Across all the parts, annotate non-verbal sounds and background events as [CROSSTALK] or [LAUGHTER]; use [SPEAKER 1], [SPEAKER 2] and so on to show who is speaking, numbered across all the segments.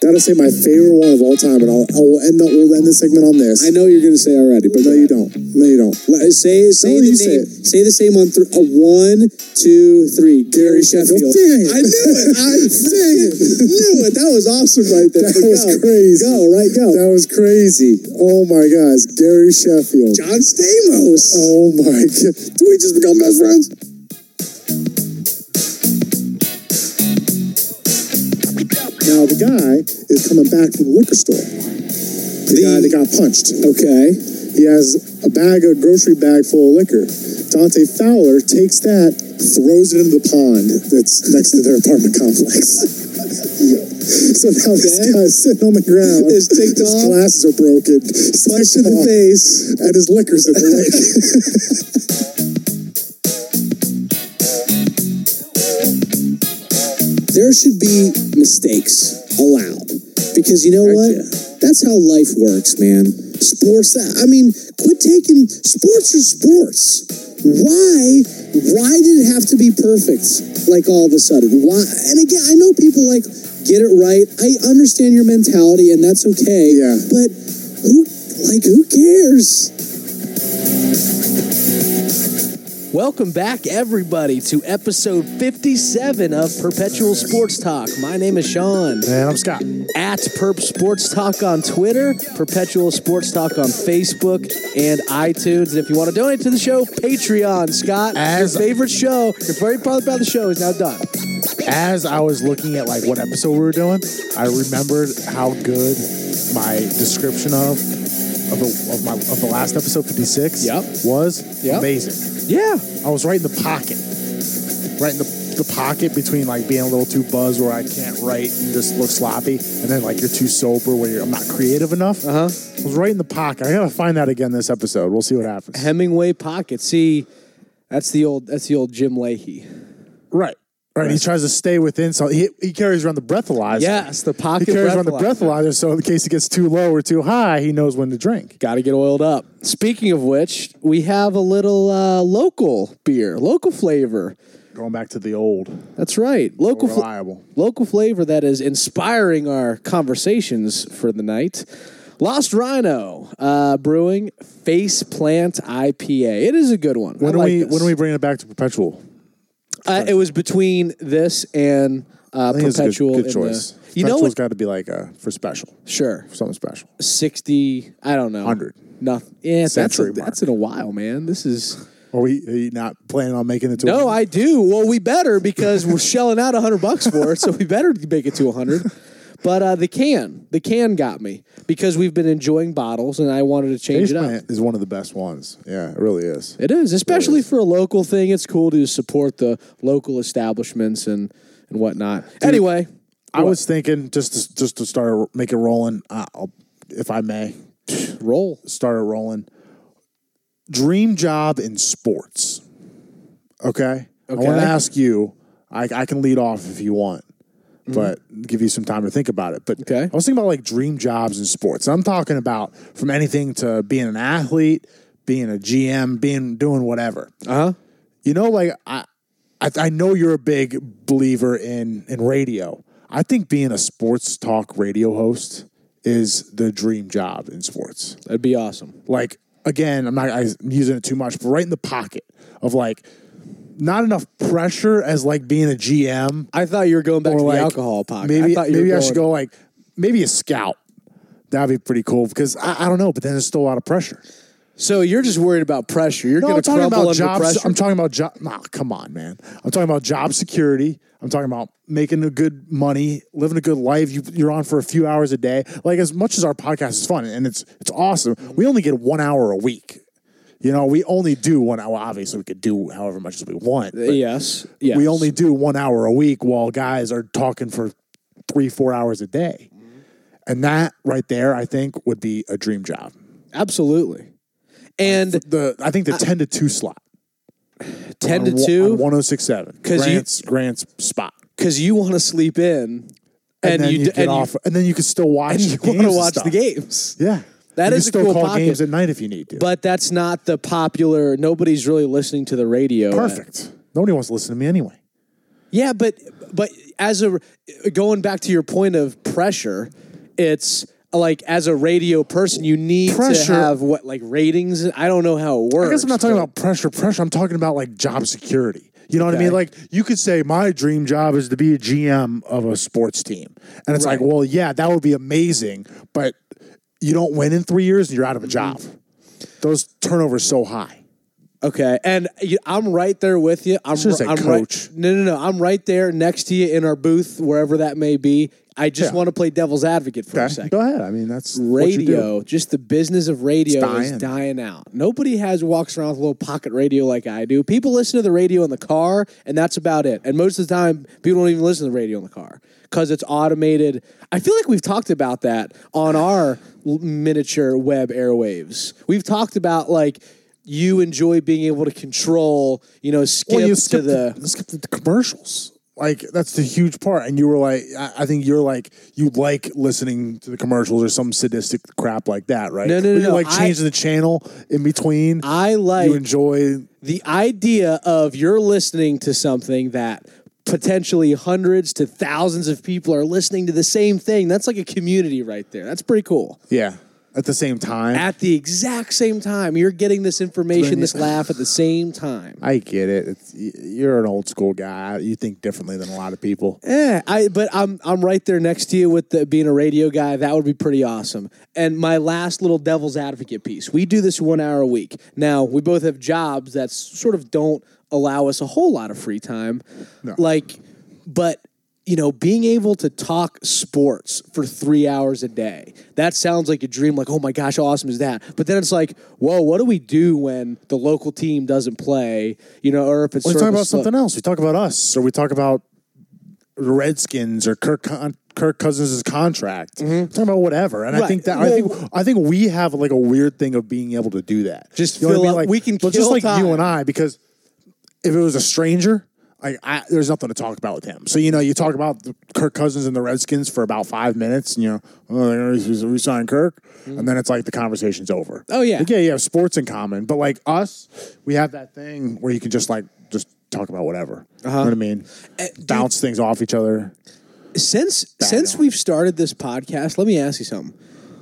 [SPEAKER 1] gotta say my favorite one of all time, and I'll, I'll end the we'll end the segment on this.
[SPEAKER 2] I know you're going to say already, but
[SPEAKER 1] No, you don't. No, you don't.
[SPEAKER 2] Let- Say say
[SPEAKER 1] No,
[SPEAKER 2] the
[SPEAKER 1] you
[SPEAKER 2] name.
[SPEAKER 1] say
[SPEAKER 2] Say, the same on th- uh, one, two, three. Gary Sheffield.
[SPEAKER 1] Dang it.
[SPEAKER 2] I knew it.
[SPEAKER 1] [LAUGHS]
[SPEAKER 2] I freaking knew it. That was awesome right there.
[SPEAKER 1] [LAUGHS] That was
[SPEAKER 2] Go.
[SPEAKER 1] crazy.
[SPEAKER 2] Go right. Go.
[SPEAKER 1] That was crazy. Oh my gosh, Gary Sheffield.
[SPEAKER 2] John Stamos.
[SPEAKER 1] Oh my [LAUGHS] god. Do we just become best friends? Now the guy is coming back from the liquor store. The, guy that got punched.
[SPEAKER 2] Okay.
[SPEAKER 1] He has a bag, a grocery bag full of liquor. Dante Fowler takes that, throws it into the pond that's next to their apartment complex. [LAUGHS] so now this
[SPEAKER 2] Okay.
[SPEAKER 1] guy's sitting on the ground.
[SPEAKER 2] It's ticked
[SPEAKER 1] his
[SPEAKER 2] off.
[SPEAKER 1] glasses are broken. He's
[SPEAKER 2] Punch in
[SPEAKER 1] ticked
[SPEAKER 2] the
[SPEAKER 1] off,
[SPEAKER 2] face.
[SPEAKER 1] And his liquor's
[SPEAKER 2] [LAUGHS]
[SPEAKER 1] in the lake.
[SPEAKER 2] There should be mistakes allowed because you know
[SPEAKER 1] Heck
[SPEAKER 2] what?
[SPEAKER 1] yeah.
[SPEAKER 2] That's how life works, man. Sports. That I mean, quit taking sports are sports. Why? Why did it have to be perfect? Like all of a sudden, why? And again, I know people like get it right. I understand your mentality, and that's okay.
[SPEAKER 1] Yeah.
[SPEAKER 2] But who? Like who cares?
[SPEAKER 3] Welcome back, everybody, to episode 57 of Perpetual Sports Talk. My name is Sean.
[SPEAKER 1] And I'm Scott.
[SPEAKER 3] At Perp Sports Talk on Twitter, Perpetual Sports Talk on Facebook and iTunes. And if you want to donate to the show, Patreon. Scott,
[SPEAKER 4] As-
[SPEAKER 3] your favorite show, your very proud about the show is now done.
[SPEAKER 4] as I was looking at like what episode we were doing, I remembered how good my description of of, the, of my of the last episode 56
[SPEAKER 3] Yep.
[SPEAKER 4] was
[SPEAKER 3] Yep.
[SPEAKER 4] amazing.
[SPEAKER 3] Yeah.
[SPEAKER 4] I was right in the pocket, right in the, the pocket between like being a little too buzzed where I can't write and just look sloppy, and then like you're too sober where you're, I'm not creative enough.
[SPEAKER 3] Uh huh.
[SPEAKER 4] I was right in the pocket. I gotta find that again this episode. We'll see what happens.
[SPEAKER 3] Hemingway pocket. See, that's the old. That's the old Jim Leahy.
[SPEAKER 4] right, right. He tries to stay within. So he, he carries around the breathalyzer.
[SPEAKER 3] Yes, the
[SPEAKER 4] He
[SPEAKER 3] pocket.
[SPEAKER 4] carries around the
[SPEAKER 3] breathalyzer.
[SPEAKER 4] breathalyzer, so in case it gets too low or too high, he knows when to drink.
[SPEAKER 3] Got to get oiled up. Speaking of which, we have a little uh, local beer, local flavor.
[SPEAKER 4] Going back to the old,
[SPEAKER 3] That's right, local fla-
[SPEAKER 4] reliable.
[SPEAKER 3] local flavor that is inspiring our conversations for the night. Lost Rhino uh, Brewing Face Plant IPA. It is a good one. I
[SPEAKER 4] When are
[SPEAKER 3] like
[SPEAKER 4] we
[SPEAKER 3] this.
[SPEAKER 4] when are we bringing it back to perpetual?
[SPEAKER 3] Uh, it was between this and uh,
[SPEAKER 4] I think it's a good,
[SPEAKER 3] Perpetual.
[SPEAKER 4] good
[SPEAKER 3] in
[SPEAKER 4] choice.
[SPEAKER 3] The, you know what?
[SPEAKER 4] got to be like uh, for special,
[SPEAKER 3] Sure,
[SPEAKER 4] for something special.
[SPEAKER 3] sixty. I don't know.
[SPEAKER 4] 100.
[SPEAKER 3] Nothing. Yeah, that's a,
[SPEAKER 4] Century mark.
[SPEAKER 3] that's in a while, man. This is.
[SPEAKER 4] Are we are you not planning on making it to?
[SPEAKER 3] No, I do. Well, we better because
[SPEAKER 4] [LAUGHS]
[SPEAKER 3] we're shelling out 100 bucks for it, so we better make it to 100. But uh, the can, the can got me because we've been enjoying bottles, and I wanted to change
[SPEAKER 4] Face
[SPEAKER 3] it up.
[SPEAKER 4] Plant is one of the best ones. Yeah, it really is.
[SPEAKER 3] It is, especially for a local thing. It's cool to support the local establishments and and whatnot. anyway,
[SPEAKER 4] I was thinking just to, just to start make it rolling, uh, I'll, if I may,
[SPEAKER 3] roll.
[SPEAKER 4] start it rolling. Dream job in sports. Okay. I
[SPEAKER 3] Okay.
[SPEAKER 4] want to ask you. I, I can lead off if you want, but give you some time to think about it. But
[SPEAKER 3] Okay.
[SPEAKER 4] I was thinking about like dream jobs in sports. I'm talking about from anything to being an athlete, being a GM, being doing whatever.
[SPEAKER 3] Uh huh.
[SPEAKER 4] You know, like I, I, I know you're a big believer in in radio. I think being a sports talk radio host is the dream job in sports
[SPEAKER 3] That'd be awesome.
[SPEAKER 4] like again i'm not i'm using it too much but right in the pocket of like not enough pressure as like being a gm
[SPEAKER 3] I thought you were going back
[SPEAKER 4] or
[SPEAKER 3] to
[SPEAKER 4] like
[SPEAKER 3] the alcohol pocket.
[SPEAKER 4] maybe
[SPEAKER 3] I thought you
[SPEAKER 4] maybe
[SPEAKER 3] were
[SPEAKER 4] i should
[SPEAKER 3] going-
[SPEAKER 4] go like maybe a scout that'd be pretty cool because I, I don't know but then there's still a lot of pressure
[SPEAKER 3] So you're just worried about pressure. You're
[SPEAKER 4] no,
[SPEAKER 3] going
[SPEAKER 4] I'm
[SPEAKER 3] to
[SPEAKER 4] talking
[SPEAKER 3] crumble
[SPEAKER 4] about
[SPEAKER 3] under
[SPEAKER 4] jobs.
[SPEAKER 3] pressure.
[SPEAKER 4] I'm talking about job. Nah, come on, man. I'm talking about job security. I'm talking about making a good money, living a good life. You, you're on for a few hours a day. Like as much as our podcast is fun and it's it's awesome,
[SPEAKER 3] Mm-hmm.
[SPEAKER 4] we only get one hour a week. You know, we only do one hour. Obviously, we could do however much as we want. but
[SPEAKER 3] yes. Yes.
[SPEAKER 4] We only do one hour a week while guys are talking for three, four hours a day.
[SPEAKER 3] Mm-hmm.
[SPEAKER 4] And that right there, I think, would be a dream job.
[SPEAKER 3] absolutely. And
[SPEAKER 4] The I think the ten to two slot.
[SPEAKER 3] 10 to
[SPEAKER 4] on wa-
[SPEAKER 3] 2
[SPEAKER 4] on 1067
[SPEAKER 3] 'Cause you-
[SPEAKER 4] grant's grant's spot
[SPEAKER 3] because you want to sleep in
[SPEAKER 4] and,
[SPEAKER 3] and,
[SPEAKER 4] then
[SPEAKER 3] you,
[SPEAKER 4] you,
[SPEAKER 3] d-
[SPEAKER 4] get
[SPEAKER 3] and
[SPEAKER 4] off and then you can still watch
[SPEAKER 3] You, [LAUGHS] and you
[SPEAKER 4] games
[SPEAKER 3] want to
[SPEAKER 4] and
[SPEAKER 3] watch the
[SPEAKER 4] stuff.
[SPEAKER 3] games,
[SPEAKER 4] yeah
[SPEAKER 3] That
[SPEAKER 4] That is
[SPEAKER 3] is a
[SPEAKER 4] still
[SPEAKER 3] cool
[SPEAKER 4] call
[SPEAKER 3] pocket.
[SPEAKER 4] games at night if you need to
[SPEAKER 3] but that's not the popular. Nobody's really listening to the radio.
[SPEAKER 4] perfect nobody wants to listen to me anyway
[SPEAKER 3] Yeah, but but as a going back to your point of pressure, it's like as a radio person, you need
[SPEAKER 4] Pressure-
[SPEAKER 3] to have what like ratings. I don't know how it works.
[SPEAKER 4] I guess I'm not talking
[SPEAKER 3] but-
[SPEAKER 4] about pressure, pressure. I'm talking about like job security. You know what I
[SPEAKER 3] Okay.
[SPEAKER 4] mean? Like you could say my dream job is to be a GM of a sports team. And it's like, well, yeah, that would be amazing, but you don't win in 3 years and you're out of a
[SPEAKER 3] Mm-hmm.
[SPEAKER 4] job. Those turnovers so high.
[SPEAKER 3] Okay, and you- I'm right there with you. I'm,
[SPEAKER 4] Should've said
[SPEAKER 3] I'm
[SPEAKER 4] coach.
[SPEAKER 3] right. No, no, no. I'm right there next to you in our booth, wherever that may be. I just
[SPEAKER 4] Yeah.
[SPEAKER 3] want to play devil's advocate for a
[SPEAKER 4] Okay.
[SPEAKER 3] second.
[SPEAKER 4] Go ahead. I mean, that's what you do.
[SPEAKER 3] radio, just the business of radio
[SPEAKER 4] It's
[SPEAKER 3] is
[SPEAKER 4] dying.
[SPEAKER 3] dying out. Nobody has walks around with a little pocket radio like I do. People listen to the radio in the car, and that's about it. And most of the time, people don't even listen to the radio in the car because it's automated. I feel like we've talked about that on our l- miniature web airwaves. We've talked about like you enjoy being able to control, you know, skip,
[SPEAKER 4] well, you
[SPEAKER 3] to
[SPEAKER 4] skipped
[SPEAKER 3] the.
[SPEAKER 4] the, skipped the commercials. Like that's the huge part, and you were like, I, I think you're like you like listening to the commercials or some sadistic crap like that, right?
[SPEAKER 3] No, no,
[SPEAKER 4] Where
[SPEAKER 3] no,
[SPEAKER 4] You
[SPEAKER 3] no,
[SPEAKER 4] like
[SPEAKER 3] I-
[SPEAKER 4] changing the channel in between.
[SPEAKER 3] I like
[SPEAKER 4] you enjoy.
[SPEAKER 3] the idea of you're listening to something that potentially hundreds to thousands of people are listening to the same thing that's like a community right there that's pretty cool
[SPEAKER 4] Yeah. At the same time,
[SPEAKER 3] at the exact same time you're getting this information
[SPEAKER 4] Then-
[SPEAKER 3] this laugh at the same time
[SPEAKER 4] I get it. It's, y- you're an old school guy. You think differently than a lot of people.
[SPEAKER 3] Eh, I but I'm I'm right there next to you with the, being a radio guy. That would be pretty awesome. And my last little devil's advocate piece. We do this one hour a week. Now we both have jobs that sort of don't allow us a whole lot of free time. Like, but you know, being able to talk sports for three hours a day. That sounds like a dream. Like, oh my gosh, how awesome is that? But then it's like, whoa, what do we do when the local team doesn't play? You know, or if it's
[SPEAKER 4] We
[SPEAKER 3] sort
[SPEAKER 4] talk
[SPEAKER 3] of a
[SPEAKER 4] about
[SPEAKER 3] slow-
[SPEAKER 4] something else. We talk about us, or we talk about the Redskins, or Kirk Con- Kirk Cousins' contract. We talk about whatever, and I
[SPEAKER 3] Right.
[SPEAKER 4] think that I
[SPEAKER 3] Well-
[SPEAKER 4] think I think we have like a weird thing of being able to do that.
[SPEAKER 3] Just
[SPEAKER 4] what
[SPEAKER 3] fill up- we can
[SPEAKER 4] but just
[SPEAKER 3] kill
[SPEAKER 4] like you
[SPEAKER 3] time.
[SPEAKER 4] and I, because if it was a stranger. Like I, there's nothing to talk about with him. So you know, you talk about the- Kirk Cousins and the Redskins for about five minutes, and you know, oh, they're gonna re- resign Kirk, and then it's like the conversation's over.
[SPEAKER 3] Mm-hmm. Oh, yeah.
[SPEAKER 4] Like, yeah, you have sports in common, but like us, we have that thing where you can just like just talk about whatever. You know
[SPEAKER 3] Uh-huh.
[SPEAKER 4] what I mean?
[SPEAKER 3] Eh,
[SPEAKER 4] Bounce things off each other.
[SPEAKER 3] since since
[SPEAKER 4] on.
[SPEAKER 3] we've started this podcast, let me ask you something.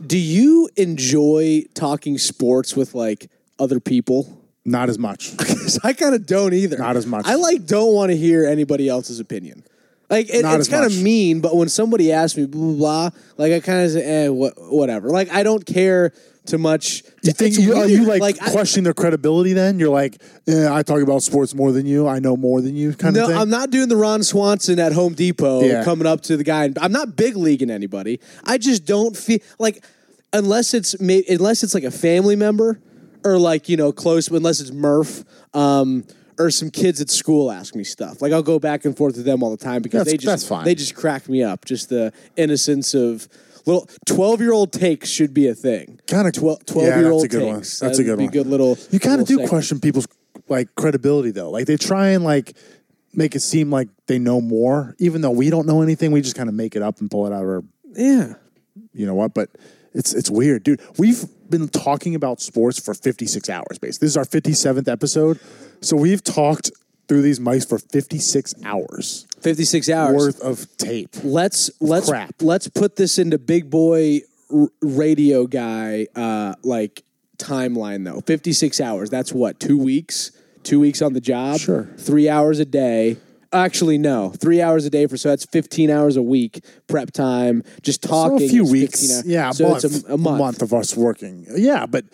[SPEAKER 3] Do you enjoy talking sports with like other people? [LAUGHS]
[SPEAKER 4] Not as much.
[SPEAKER 3] 'Cause I kind of don't either.
[SPEAKER 4] Not as much.
[SPEAKER 3] I like don't want to hear anybody else's opinion. Like it-
[SPEAKER 4] Not
[SPEAKER 3] it's
[SPEAKER 4] as
[SPEAKER 3] kind of
[SPEAKER 4] much.
[SPEAKER 3] mean, but when somebody asks me blah blah, blah like I kind of say eh, what, whatever. Like I don't care too much.
[SPEAKER 4] You think
[SPEAKER 3] It's
[SPEAKER 4] you, are you
[SPEAKER 3] weird.
[SPEAKER 4] like,
[SPEAKER 3] I-
[SPEAKER 4] questioning their credibility? Then you're like, eh, I talk about sports more than you. I know more than you. Kind
[SPEAKER 3] No,
[SPEAKER 4] of thing.
[SPEAKER 3] I'm not doing the Ron Swanson at Home Depot
[SPEAKER 4] Yeah.
[SPEAKER 3] coming up to the guy. And, I'm not big leaguing anybody. I just don't feel like unless it's ma- unless it's like a family member or like you know close. Unless it's Murph um, or some kids at school ask me stuff. Like I'll go back and forth with them all the time because
[SPEAKER 4] That's-
[SPEAKER 3] they just
[SPEAKER 4] that's fine.
[SPEAKER 3] they just crack me up. Just the innocence of little twelve year old takes should be a thing.
[SPEAKER 4] Kind of
[SPEAKER 3] Twel- 12-year-old takes.
[SPEAKER 4] That's a
[SPEAKER 3] That'd
[SPEAKER 4] good
[SPEAKER 3] be
[SPEAKER 4] one.
[SPEAKER 3] good little-
[SPEAKER 4] You kind
[SPEAKER 3] little
[SPEAKER 4] of do
[SPEAKER 3] segment.
[SPEAKER 4] question people's like credibility though. Like they try and like make it seem like they know more, even though we don't know anything. We just kind of make it up and pull it out of our
[SPEAKER 3] Yeah.
[SPEAKER 4] you know what, but it's it's weird, dude. We've been talking about sports for 56 hours, basically. This is our 57th episode, so we've talked through these mics for 56 hours
[SPEAKER 3] Fifty six hours.
[SPEAKER 4] worth of tape.
[SPEAKER 3] let's let's
[SPEAKER 4] crap.
[SPEAKER 3] let's put this into big boy r- radio guy uh like timeline though 56 hours that's what two weeks two weeks on the job
[SPEAKER 4] Sure.
[SPEAKER 3] three hours a day actually no three hours a day for so that's 15 hours a week prep time just
[SPEAKER 4] So
[SPEAKER 3] talking
[SPEAKER 4] a few
[SPEAKER 3] is 15
[SPEAKER 4] weeks,
[SPEAKER 3] hours.
[SPEAKER 4] yeah, a
[SPEAKER 3] so
[SPEAKER 4] month,
[SPEAKER 3] it's a, a month,
[SPEAKER 4] of us working, yeah. But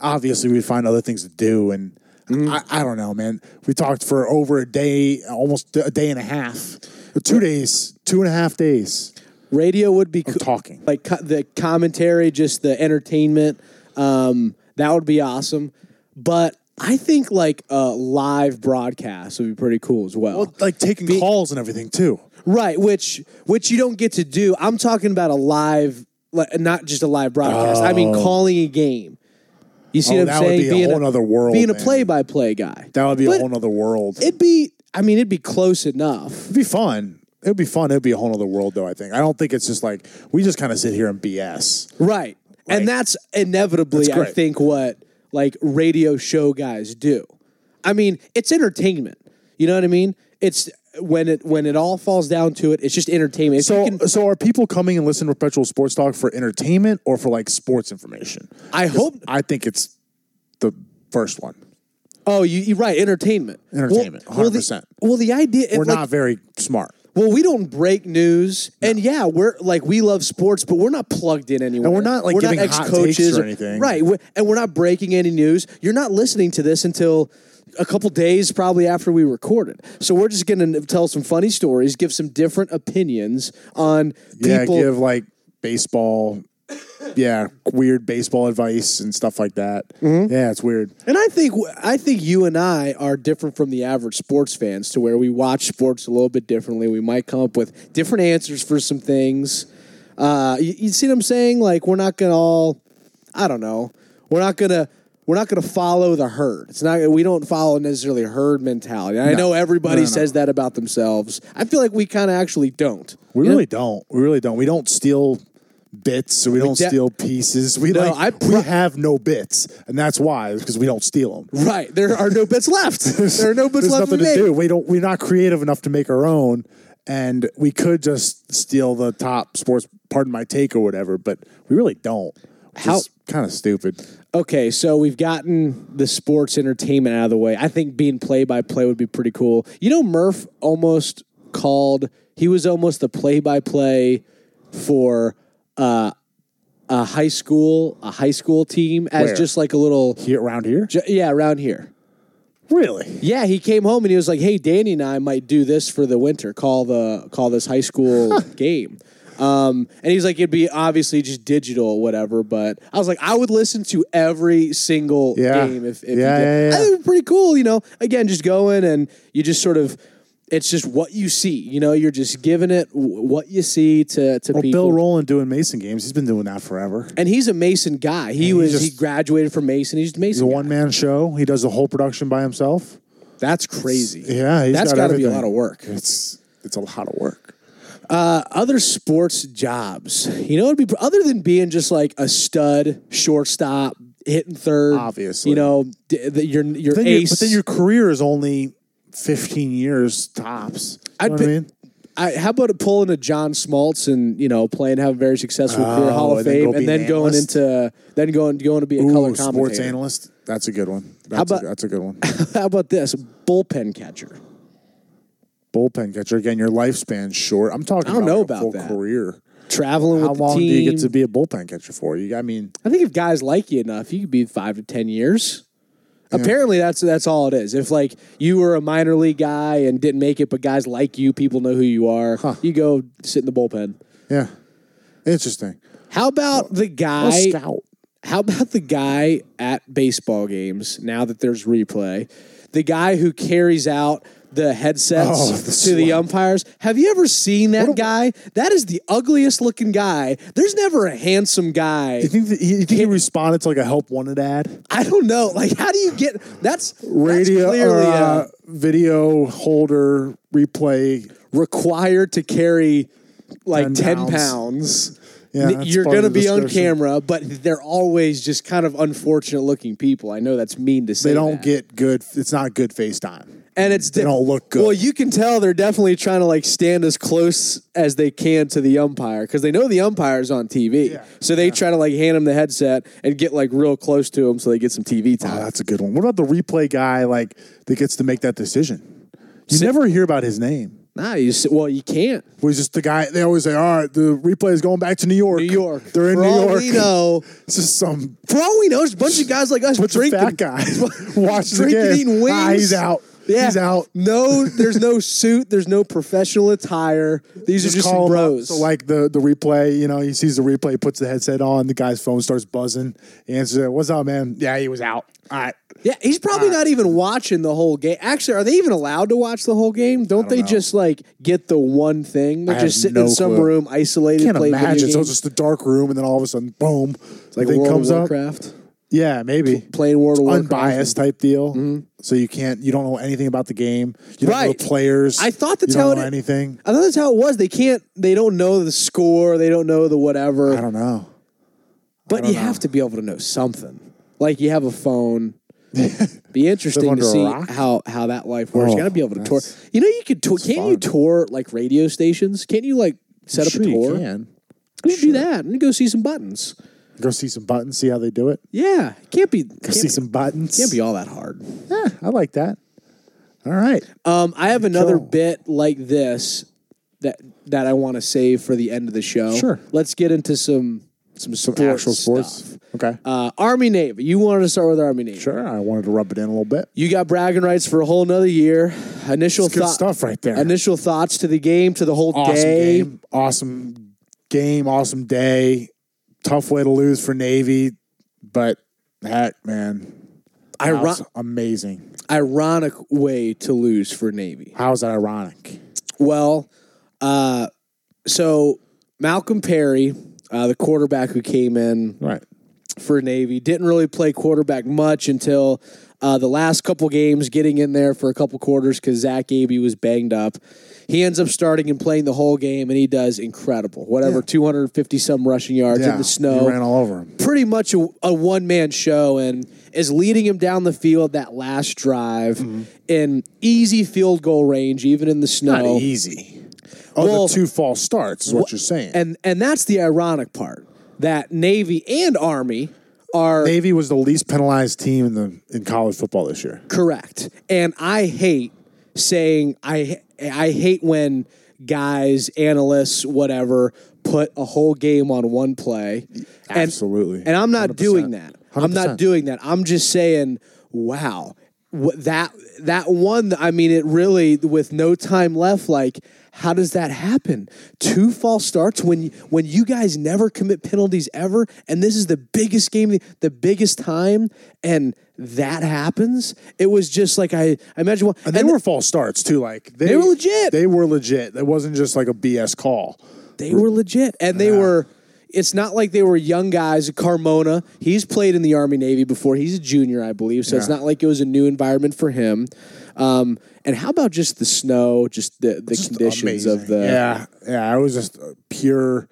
[SPEAKER 4] obviously, we find other things to do, and
[SPEAKER 3] Mm-hmm.
[SPEAKER 4] I, I don't know, man. We talked for over a day, almost a day and a half, two days, two and a half days
[SPEAKER 3] radio would be
[SPEAKER 4] of
[SPEAKER 3] co-
[SPEAKER 4] talking.
[SPEAKER 3] like co- the commentary, just the entertainment. Um, that would be awesome. But I think like a live broadcast would be pretty cool as well.
[SPEAKER 4] Well, like taking calls and everything too.
[SPEAKER 3] right, which which you don't get to do. I'm talking about a live, like, not just a live broadcast. I mean, calling a game. You see
[SPEAKER 4] Oh,
[SPEAKER 3] what I'm
[SPEAKER 4] that would
[SPEAKER 3] saying?
[SPEAKER 4] be a whole nother world,
[SPEAKER 3] Being
[SPEAKER 4] man.
[SPEAKER 3] a play-by-play guy.
[SPEAKER 4] That would be a
[SPEAKER 3] But
[SPEAKER 4] whole nother world.
[SPEAKER 3] It'd be. I mean, it'd be close enough.
[SPEAKER 4] It'd be fun. It'd be fun. It'd be a whole other world, though. I think. I don't think it's just like we just kind of sit here and BS.
[SPEAKER 3] Right.
[SPEAKER 4] Right.
[SPEAKER 3] And that's inevitably,
[SPEAKER 4] That's
[SPEAKER 3] I
[SPEAKER 4] great.
[SPEAKER 3] think, what like radio show guys do. I mean, it's entertainment. You know what I mean? It's when it when it all falls down to it, it's just entertainment. If
[SPEAKER 4] So,
[SPEAKER 3] you can-
[SPEAKER 4] so are people coming and listening to Perpetual Sports Talk for entertainment or for like sports information?
[SPEAKER 3] I hope.
[SPEAKER 4] I think it's the first one.
[SPEAKER 3] Oh, you, you're right. Entertainment. Well-
[SPEAKER 4] Entertainment,
[SPEAKER 3] Well, the-
[SPEAKER 4] 100%.
[SPEAKER 3] Well, the idea. if,
[SPEAKER 4] We're
[SPEAKER 3] like,
[SPEAKER 4] not very smart.
[SPEAKER 3] Well, we don't break news, and yeah, we're like we love sports, but we're not plugged in anywhere.
[SPEAKER 4] And we're not, like, giving hot takes
[SPEAKER 3] ex-coaches
[SPEAKER 4] or anything.
[SPEAKER 3] right? we and we're not breaking any news. You're not listening to this until a couple days probably after we recorded. So we're just going to tell some funny stories, give some different opinions on
[SPEAKER 4] Yeah,
[SPEAKER 3] people.
[SPEAKER 4] give like baseball, yeah, weird baseball advice and stuff like that.
[SPEAKER 3] Mm-hmm.
[SPEAKER 4] Yeah, it's weird.
[SPEAKER 3] and I think I think you and I are different from the average sports fans, to where we watch sports a little bit differently. We might come up with different answers for some things. Uh, you, you see what I'm saying? Like we're not gonna all, I don't know, we're not gonna we're not gonna follow the herd. It's not we don't follow necessarily herd mentality. I know everybody
[SPEAKER 4] No, no, no.
[SPEAKER 3] says that about themselves. I feel like we kind of actually don't.
[SPEAKER 4] We
[SPEAKER 3] You know?
[SPEAKER 4] really don't. We really don't. We don't steal bits. We, don't
[SPEAKER 3] de-
[SPEAKER 4] steal pieces. We
[SPEAKER 3] No,
[SPEAKER 4] like
[SPEAKER 3] I pro-
[SPEAKER 4] we have no bits, and that's why because we don't steal them.
[SPEAKER 3] Right, there are no bits left. There are no bits
[SPEAKER 4] [LAUGHS] There's
[SPEAKER 3] left.
[SPEAKER 4] nothing
[SPEAKER 3] to
[SPEAKER 4] to
[SPEAKER 3] make.
[SPEAKER 4] do. We don't. We're not creative enough to make our own, and we could just steal the top sports. Pardon my take or whatever, but we really don't.
[SPEAKER 3] How-
[SPEAKER 4] kind of stupid.
[SPEAKER 3] Okay, so we've gotten the sports entertainment out of the way. I think being play by play would be pretty cool. You know, Murph almost called, he was almost the play by play for uh, a high school, a high school team as
[SPEAKER 4] Where?
[SPEAKER 3] just like a little,
[SPEAKER 4] Here around here,
[SPEAKER 3] ju- yeah, around here.
[SPEAKER 4] really?
[SPEAKER 3] Yeah, he came home and he was like, "Hey, Danny and I might do this for the winter. Call the call this high
[SPEAKER 4] [LAUGHS]
[SPEAKER 3] school game." Um, and he's like, "It'd be obviously just digital, whatever." But I was like, "I would listen to every single
[SPEAKER 4] Yeah.
[SPEAKER 3] game if, if
[SPEAKER 4] Yeah,
[SPEAKER 3] you did."
[SPEAKER 4] yeah, yeah.
[SPEAKER 3] I think it'd be pretty cool, you know. Again, just going and you just sort of." It's just what you see, you know. You're just giving it w- what you see to to
[SPEAKER 4] Well,
[SPEAKER 3] people.
[SPEAKER 4] Bill Rowland doing Mason games. He's been doing that forever.
[SPEAKER 3] and he's a Mason guy. He was
[SPEAKER 4] just-
[SPEAKER 3] he graduated from Mason. He's just
[SPEAKER 4] He's a
[SPEAKER 3] Mason. guy.
[SPEAKER 4] one man show. He does the whole production by himself.
[SPEAKER 3] That's crazy.
[SPEAKER 4] Yeah, he's
[SPEAKER 3] that's
[SPEAKER 4] got
[SPEAKER 3] gotta be a
[SPEAKER 4] everything.
[SPEAKER 3] lot of work.
[SPEAKER 4] It's it's a lot of work.
[SPEAKER 3] other sports jobs. You know, it'd be other than being just like a stud shortstop, hitting third.
[SPEAKER 4] Obviously.
[SPEAKER 3] you know, d- the, your your
[SPEAKER 4] Then your-
[SPEAKER 3] ace.
[SPEAKER 4] but then your career is only fifteen years tops. You
[SPEAKER 3] I'd
[SPEAKER 4] know what I
[SPEAKER 3] be-
[SPEAKER 4] mean?
[SPEAKER 3] I, how about pulling a John Smoltz and you know playing have a very successful career
[SPEAKER 4] Oh,
[SPEAKER 3] Hall of
[SPEAKER 4] and then
[SPEAKER 3] Fame,
[SPEAKER 4] go be
[SPEAKER 3] and then
[SPEAKER 4] an
[SPEAKER 3] going
[SPEAKER 4] analyst?
[SPEAKER 3] into then going going to be a color
[SPEAKER 4] Ooh,
[SPEAKER 3] commentator.
[SPEAKER 4] sports analyst. That's a good one. That's,
[SPEAKER 3] about-
[SPEAKER 4] a, that's a good one.
[SPEAKER 3] [LAUGHS] How about this bullpen catcher?
[SPEAKER 4] Bullpen catcher again. Your lifespan's short. I'm talking.
[SPEAKER 3] I don't
[SPEAKER 4] about
[SPEAKER 3] know
[SPEAKER 4] like a
[SPEAKER 3] about
[SPEAKER 4] full
[SPEAKER 3] that.
[SPEAKER 4] career.
[SPEAKER 3] Traveling
[SPEAKER 4] How
[SPEAKER 3] with the
[SPEAKER 4] long do you get to
[SPEAKER 3] team.
[SPEAKER 4] be a bullpen catcher for? You, I mean,
[SPEAKER 3] I think if guys like you enough, you could be five to ten years. Apparently, that's that's all it is. If like you were a minor league guy and didn't make it, but guys like you, people know who you are. You go sit in the bullpen.
[SPEAKER 4] yeah, interesting.
[SPEAKER 3] How about the
[SPEAKER 4] A
[SPEAKER 3] guy?
[SPEAKER 4] scout.
[SPEAKER 3] How about the guy at baseball games now that there's replay? The guy who carries out the headsets
[SPEAKER 4] Oh,
[SPEAKER 3] to
[SPEAKER 4] the
[SPEAKER 3] the
[SPEAKER 4] slut.
[SPEAKER 3] umpires. Have you ever seen that guy? That is the ugliest looking guy. There's never a handsome guy.
[SPEAKER 4] You think that, you think he responded to like a help wanted ad?
[SPEAKER 3] I don't know. Like, how do you get that's
[SPEAKER 4] Radio
[SPEAKER 3] That's clearly
[SPEAKER 4] or,
[SPEAKER 3] uh,
[SPEAKER 4] uh, video holder replay.
[SPEAKER 3] required to carry like
[SPEAKER 4] 10
[SPEAKER 3] ten
[SPEAKER 4] pounds.
[SPEAKER 3] pounds.
[SPEAKER 4] Yeah,
[SPEAKER 3] N-
[SPEAKER 4] that's
[SPEAKER 3] You're
[SPEAKER 4] part
[SPEAKER 3] gonna
[SPEAKER 4] of the
[SPEAKER 3] be on
[SPEAKER 4] description.
[SPEAKER 3] camera, but they're always just kind of unfortunate looking people. I know that's mean to say.
[SPEAKER 4] They don't
[SPEAKER 3] that.
[SPEAKER 4] get good. It's not good FaceTime.
[SPEAKER 3] and it's
[SPEAKER 4] they
[SPEAKER 3] diff-
[SPEAKER 4] don't look good.
[SPEAKER 3] Well, you can tell they're definitely trying to like stand as close as they can to the umpire because they know the umpire's on TV.
[SPEAKER 4] Yeah.
[SPEAKER 3] So they try to like hand him the headset and get like real close to him so they get some TV
[SPEAKER 4] Oh,
[SPEAKER 3] time.
[SPEAKER 4] that's a good one. What about the replay guy like that gets to make that decision? You never hear about his name.
[SPEAKER 3] nah, you s- well you can't.
[SPEAKER 4] Was just the guy. They always say, "All right, the replay is going back to New York.
[SPEAKER 3] New York.
[SPEAKER 4] They're in
[SPEAKER 3] For
[SPEAKER 4] New
[SPEAKER 3] all
[SPEAKER 4] York.
[SPEAKER 3] We know.
[SPEAKER 4] [LAUGHS] It's just some
[SPEAKER 3] For all we know, it's a bunch of guys like us
[SPEAKER 4] bunch
[SPEAKER 3] drinking.
[SPEAKER 4] of
[SPEAKER 3] [LAUGHS]
[SPEAKER 4] fat guy [LAUGHS] watches the
[SPEAKER 3] drinking,
[SPEAKER 4] game.
[SPEAKER 3] eating wings.
[SPEAKER 4] Ah, he's out.
[SPEAKER 3] Yeah.
[SPEAKER 4] He's out.
[SPEAKER 3] No, there's no suit. There's no professional attire. These are just some
[SPEAKER 4] him up.
[SPEAKER 3] bros.
[SPEAKER 4] So like the the replay, you know, he sees the replay, puts the headset on, the guy's phone starts buzzing. He answers it. What's up, man? Yeah, he was out. All right.
[SPEAKER 3] yeah, he's
[SPEAKER 4] Ah.
[SPEAKER 3] probably not even watching the whole game. Actually, are they even allowed to watch the whole game? Don't, they just like get the one thing? They're
[SPEAKER 4] I
[SPEAKER 3] just
[SPEAKER 4] have
[SPEAKER 3] sitting in
[SPEAKER 4] no
[SPEAKER 3] some
[SPEAKER 4] clue.
[SPEAKER 3] room, isolated,
[SPEAKER 4] Can't
[SPEAKER 3] playing video
[SPEAKER 4] imagine. So
[SPEAKER 3] games.
[SPEAKER 4] it's just a dark room, and then all of a sudden, boom, like
[SPEAKER 3] Like
[SPEAKER 4] thing
[SPEAKER 3] World
[SPEAKER 4] comes
[SPEAKER 3] of
[SPEAKER 4] up.
[SPEAKER 3] Warcraft,
[SPEAKER 4] Yeah, maybe.
[SPEAKER 3] playing World of Warcraft.
[SPEAKER 4] unbiased type deal. So you can't, you don't know anything about the game. You don't
[SPEAKER 3] Right.
[SPEAKER 4] know players.
[SPEAKER 3] I thought that's
[SPEAKER 4] you don't
[SPEAKER 3] how
[SPEAKER 4] know
[SPEAKER 3] it-
[SPEAKER 4] anything.
[SPEAKER 3] I thought that's how it was. They can't. They don't know the score. They don't know the whatever.
[SPEAKER 4] I don't know. [LAUGHS]
[SPEAKER 3] But you have to be able to know something. Like you have a phone. Be interesting
[SPEAKER 4] under
[SPEAKER 3] to
[SPEAKER 4] a
[SPEAKER 3] see
[SPEAKER 4] rock?
[SPEAKER 3] how how that life works.
[SPEAKER 4] Oh,
[SPEAKER 3] you got to be able to tour.
[SPEAKER 4] that's-
[SPEAKER 3] You know, you could tour. Can't you
[SPEAKER 4] fun.
[SPEAKER 3] tour like radio stations? Can't you like set up
[SPEAKER 4] sure
[SPEAKER 3] a tour?
[SPEAKER 4] You can.
[SPEAKER 3] You should do that and go see some buttons.
[SPEAKER 4] Go see some buttons, see how they do it.
[SPEAKER 3] Yeah, it can't be
[SPEAKER 4] Go
[SPEAKER 3] can't,
[SPEAKER 4] see some buttons.
[SPEAKER 3] can't be all that hard.
[SPEAKER 4] Yeah, I like that. All right.
[SPEAKER 3] Um, I have another
[SPEAKER 4] Cool.
[SPEAKER 3] bit like this that that I want to save for the end of the show.
[SPEAKER 4] Sure.
[SPEAKER 3] Let's get into some some
[SPEAKER 4] Some
[SPEAKER 3] sports
[SPEAKER 4] actual sports.
[SPEAKER 3] stuff.
[SPEAKER 4] Okay.
[SPEAKER 3] Uh, Army Navy. You wanted to start with Army Navy.
[SPEAKER 4] sure. I wanted to rub it in a little bit.
[SPEAKER 3] You got bragging rights for a whole nother year. Initial
[SPEAKER 4] That's good
[SPEAKER 3] thought-
[SPEAKER 4] stuff right there.
[SPEAKER 3] Initial thoughts to the game, to the whole
[SPEAKER 4] Awesome
[SPEAKER 3] day.
[SPEAKER 4] game. Awesome game. Awesome day. Tough way to lose for Navy, but heck, man.
[SPEAKER 3] Iro-
[SPEAKER 4] That was amazing.
[SPEAKER 3] ironic way to lose for Navy.
[SPEAKER 4] How is that ironic?
[SPEAKER 3] Well, uh, so Malcolm Perry, uh, the quarterback who came in
[SPEAKER 4] Right.
[SPEAKER 3] for Navy. Didn't really play quarterback much until uh, the last couple games, getting in there for a couple quarters because Zach Abey was banged up. He ends up starting and playing the whole game, and he does incredible. Whatever, 250 some rushing yards in the
[SPEAKER 4] You
[SPEAKER 3] snow.
[SPEAKER 4] ran all over him.
[SPEAKER 3] Pretty much a, a one man show and is leading him down the field that last drive
[SPEAKER 4] Mm-hmm.
[SPEAKER 3] in easy field goal range, even in the
[SPEAKER 4] Not
[SPEAKER 3] snow.
[SPEAKER 4] easy. Oh,
[SPEAKER 3] Well-
[SPEAKER 4] the two false starts is what you're saying.
[SPEAKER 3] And and that's the ironic part that Navy and Army are
[SPEAKER 4] Navy was the least penalized team in the in college football this year.
[SPEAKER 3] Correct. And I hate saying I I hate when guys, analysts, whatever, put a whole game on one play. And-
[SPEAKER 4] Absolutely.
[SPEAKER 3] And, I'm not doing that. i am not
[SPEAKER 4] 100%.
[SPEAKER 3] doing that. I'm just saying, wow. wh- That that one, I mean, it really with no time left. Like, how does that happen? Two false starts when when you guys never commit penalties ever, and this is the biggest game, the biggest time, and that happens. It was just like I, I imagine. What,
[SPEAKER 4] And they were false starts too. Like they,
[SPEAKER 3] were legit.
[SPEAKER 4] They were legit. It wasn't just like a BS call.
[SPEAKER 3] They were legit, and they were. It's not like they were young guys. Carmona, he's played in the Army Navy before. He's a junior, I believe. So it's
[SPEAKER 4] Yeah.
[SPEAKER 3] not like it was a new environment for him. Um, and how about just the snow, just the, the conditions of
[SPEAKER 4] Amazing.
[SPEAKER 3] the
[SPEAKER 4] yeah, yeah. It was just a pure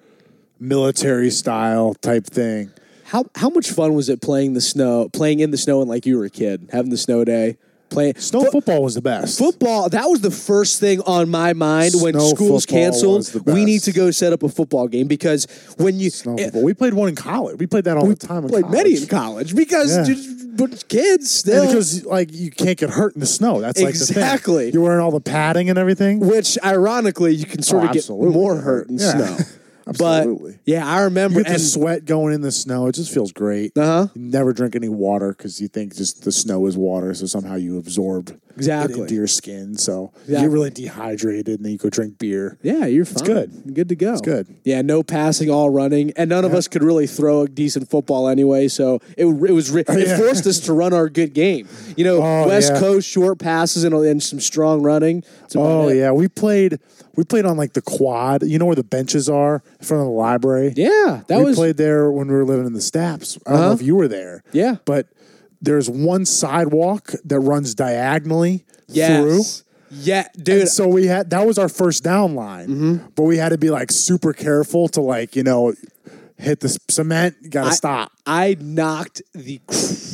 [SPEAKER 4] military style type thing.
[SPEAKER 3] how how much fun was it playing the snow, playing in the snow, and like you were a kid having the snow day, playing
[SPEAKER 4] Snow football was the best.
[SPEAKER 3] football. That was the first thing on my mind when
[SPEAKER 4] Snow
[SPEAKER 3] schools
[SPEAKER 4] football
[SPEAKER 3] canceled.
[SPEAKER 4] was the
[SPEAKER 3] We need
[SPEAKER 4] best.
[SPEAKER 3] to go set up a football game because when you
[SPEAKER 4] Snow
[SPEAKER 3] it-
[SPEAKER 4] football. We played one in college. We played that all the time. In
[SPEAKER 3] played
[SPEAKER 4] college.
[SPEAKER 3] many in college because
[SPEAKER 4] Yeah.
[SPEAKER 3] just, but kids still.
[SPEAKER 4] And because like you can't get hurt in the snow. That's like The
[SPEAKER 3] Exactly.
[SPEAKER 4] thing. You're wearing all the padding and everything.
[SPEAKER 3] which ironically, you can sort
[SPEAKER 4] Oh,
[SPEAKER 3] of get
[SPEAKER 4] absolutely.
[SPEAKER 3] more hurt in
[SPEAKER 4] Yeah. [LAUGHS]
[SPEAKER 3] snow. But
[SPEAKER 4] Absolutely.
[SPEAKER 3] yeah, I
[SPEAKER 4] You
[SPEAKER 3] remember.
[SPEAKER 4] get the
[SPEAKER 3] and-
[SPEAKER 4] sweat going in the snow. It just feels great.
[SPEAKER 3] Uh-huh.
[SPEAKER 4] You never drink any water because you think just the snow is water, so somehow you absorb it
[SPEAKER 3] Exactly.
[SPEAKER 4] into your skin. So you
[SPEAKER 3] Exactly.
[SPEAKER 4] get really dehydrated, and then you go drink beer.
[SPEAKER 3] yeah, you're fine.
[SPEAKER 4] good.
[SPEAKER 3] Good to go. It's
[SPEAKER 4] good.
[SPEAKER 3] Yeah, no passing, all running, and none of us could really throw a decent football anyway. So it, it was
[SPEAKER 4] [LAUGHS]
[SPEAKER 3] re- it
[SPEAKER 4] yeah.
[SPEAKER 3] forced us to run our good game. You know,
[SPEAKER 4] Oh,
[SPEAKER 3] West
[SPEAKER 4] yeah.
[SPEAKER 3] Coast short passes and, and some strong running. That's about
[SPEAKER 4] Oh
[SPEAKER 3] it.
[SPEAKER 4] yeah, we played. We played on like the quad. You know where the benches are in front of the library.
[SPEAKER 3] yeah. That
[SPEAKER 4] we
[SPEAKER 3] was Uh-huh.
[SPEAKER 4] played there when we were living in the Staps. I don't know if you were there.
[SPEAKER 3] Yeah.
[SPEAKER 4] But there's one sidewalk that runs diagonally
[SPEAKER 3] yes.
[SPEAKER 4] through.
[SPEAKER 3] Yeah,
[SPEAKER 4] And
[SPEAKER 3] dude. Mm-hmm.
[SPEAKER 4] so we had that was our first down line, but we had to be like super careful to like you know hit the s- cement. Got to stop.
[SPEAKER 3] I knocked the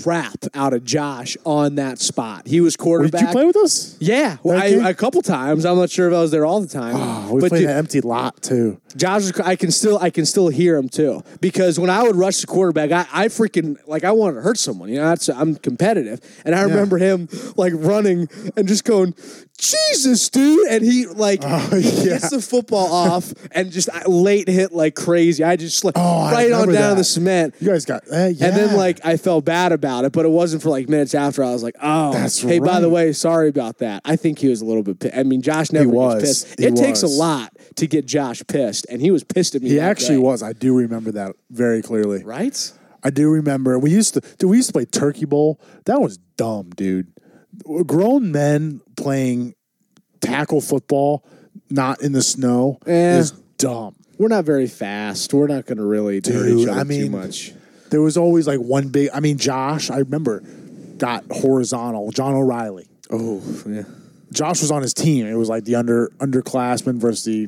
[SPEAKER 3] crap out of Josh on that spot. He was quarterback.
[SPEAKER 4] Did you play with us?
[SPEAKER 3] Yeah, well,
[SPEAKER 4] That game?
[SPEAKER 3] I, a couple times. I'm not sure if I was there all the time.
[SPEAKER 4] Oh, we
[SPEAKER 3] but
[SPEAKER 4] played
[SPEAKER 3] dude,
[SPEAKER 4] an empty lot too.
[SPEAKER 3] Josh, was- I can still I can still hear him too because when I would rush the quarterback, I, I freaking like I wanted to hurt someone. You know, that's, I'm competitive, and I remember him like running and just going, "Jesus, dude!" And he like
[SPEAKER 4] Oh, [LAUGHS]
[SPEAKER 3] he gets the football off and just I, late hit like crazy. I just like
[SPEAKER 4] Oh, I
[SPEAKER 3] right on
[SPEAKER 4] remember
[SPEAKER 3] down
[SPEAKER 4] that.
[SPEAKER 3] the cement.
[SPEAKER 4] You guys got eh, yeah.
[SPEAKER 3] And then like I felt bad about it, but it wasn't for like minutes after. I was like, oh,
[SPEAKER 4] That's
[SPEAKER 3] hey, by the
[SPEAKER 4] right.
[SPEAKER 3] way, sorry about that. I think he was a little bit. Pissed. I mean, Josh never
[SPEAKER 4] was.
[SPEAKER 3] gets pissed.
[SPEAKER 4] He
[SPEAKER 3] it takes a
[SPEAKER 4] was.
[SPEAKER 3] lot to get Josh pissed, and he was pissed at me.
[SPEAKER 4] he
[SPEAKER 3] that
[SPEAKER 4] actually
[SPEAKER 3] day.
[SPEAKER 4] was. I do remember that very clearly.
[SPEAKER 3] right.
[SPEAKER 4] I do remember we used to dude, we used to play turkey bowl. That was dumb, dude. Grown men playing tackle football, not in the snow,
[SPEAKER 3] Eh.
[SPEAKER 4] is dumb.
[SPEAKER 3] We're not very fast. We're not going to really hurt
[SPEAKER 4] Dude,
[SPEAKER 3] each other
[SPEAKER 4] I mean,
[SPEAKER 3] too much.
[SPEAKER 4] There was always like one big. I mean, Josh, I remember, got horizontal. John O'Reilly.
[SPEAKER 3] Oh, yeah.
[SPEAKER 4] Josh was on his team. It was like the under underclassmen versus the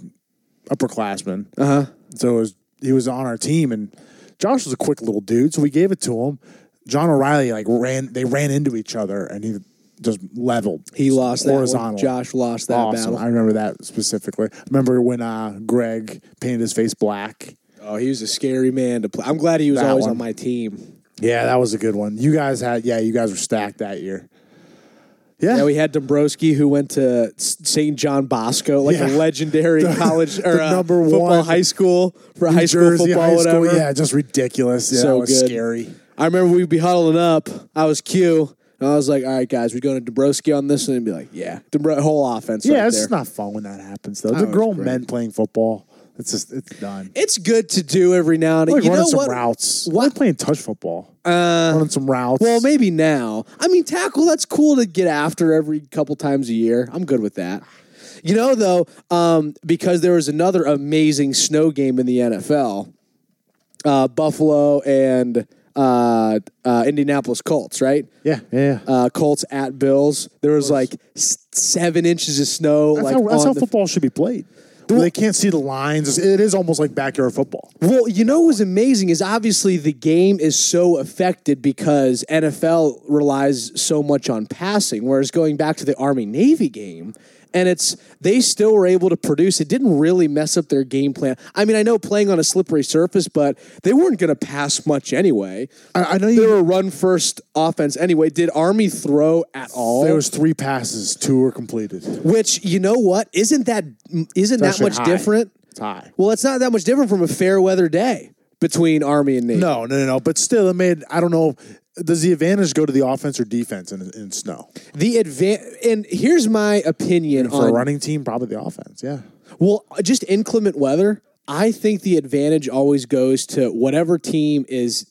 [SPEAKER 4] upperclassmen.
[SPEAKER 3] Uh-huh.
[SPEAKER 4] Uh huh. So it was, he was on our team, and Josh was a quick little dude. So we gave it to him. John O'Reilly like ran they ran into each other and he just leveled.
[SPEAKER 3] He
[SPEAKER 4] Just
[SPEAKER 3] lost that one. Josh lost that
[SPEAKER 4] Awesome.
[SPEAKER 3] battle.
[SPEAKER 4] I remember that specifically. I remember when uh, Greg painted his face black.
[SPEAKER 3] Oh, he was a scary man to play. I'm glad he was
[SPEAKER 4] That
[SPEAKER 3] always
[SPEAKER 4] one.
[SPEAKER 3] on my team.
[SPEAKER 4] Yeah, that was a good one. You guys had yeah, you guys were stacked that year. Yeah.
[SPEAKER 3] [LAUGHS] Yeah, we had Dombrowski who went to S- St. John Bosco, like a
[SPEAKER 4] Yeah.
[SPEAKER 3] legendary college or uh,
[SPEAKER 4] number
[SPEAKER 3] football
[SPEAKER 4] one
[SPEAKER 3] high school for high school
[SPEAKER 4] Jersey
[SPEAKER 3] football,
[SPEAKER 4] high school,
[SPEAKER 3] whatever.
[SPEAKER 4] yeah, just ridiculous. Yeah, that
[SPEAKER 3] so
[SPEAKER 4] was
[SPEAKER 3] good.
[SPEAKER 4] scary.
[SPEAKER 3] I remember we'd be huddling up. I was Q, and I was like, "All right, guys, we're going to Dombrowski on this," and they'd be like, "Yeah, Dombro- whole offense."
[SPEAKER 4] Yeah,
[SPEAKER 3] right
[SPEAKER 4] it's
[SPEAKER 3] there.
[SPEAKER 4] just not fun when that happens though.
[SPEAKER 3] Oh,
[SPEAKER 4] The
[SPEAKER 3] it's
[SPEAKER 4] grown
[SPEAKER 3] great.
[SPEAKER 4] men playing football, it's just it's done.
[SPEAKER 3] It's good to do every now and then.
[SPEAKER 4] Like
[SPEAKER 3] you know
[SPEAKER 4] running some
[SPEAKER 3] what? Uh,
[SPEAKER 4] routes. What? playing touch football. running some routes.
[SPEAKER 3] Well, maybe now. I mean, tackle, that's cool to get after every couple times a year. I'm good with that. You know, though, um, because there was another amazing snow game in the NFL uh, Buffalo and uh, uh, Indianapolis Colts, right?
[SPEAKER 4] Yeah, yeah.
[SPEAKER 3] Uh, Colts at Bills. There was like s- seven inches of snow.
[SPEAKER 4] that's
[SPEAKER 3] like
[SPEAKER 4] how, that's
[SPEAKER 3] on
[SPEAKER 4] how
[SPEAKER 3] the-
[SPEAKER 4] football should be played. Where they can't see the lines. It is almost like backyard football.
[SPEAKER 3] Well, you know what's amazing is obviously the game is so affected because NFL relies so much on passing, whereas going back to the Army Navy game, and it's they still were able to produce. It didn't really mess up their game plan. I mean, I know playing on a slippery surface, but they weren't going to pass much anyway.
[SPEAKER 4] I, I know
[SPEAKER 3] They
[SPEAKER 4] you.
[SPEAKER 3] were a run first offense anyway. Did Army throw at all?
[SPEAKER 4] There was three passes, two were completed.
[SPEAKER 3] Which you know what isn't that isn't that
[SPEAKER 4] Especially
[SPEAKER 3] much
[SPEAKER 4] high.
[SPEAKER 3] different?
[SPEAKER 4] It's high.
[SPEAKER 3] Well, it's not that much different from a fair weather day between Army and Navy.
[SPEAKER 4] No, no, no, no. But still, it made. I don't know. Does the advantage go to the offense or defense in, in snow
[SPEAKER 3] The advan and here's my opinion
[SPEAKER 4] for a
[SPEAKER 3] on
[SPEAKER 4] running team? Probably the offense. Yeah.
[SPEAKER 3] well, just inclement weather. I think the advantage always goes to whatever team is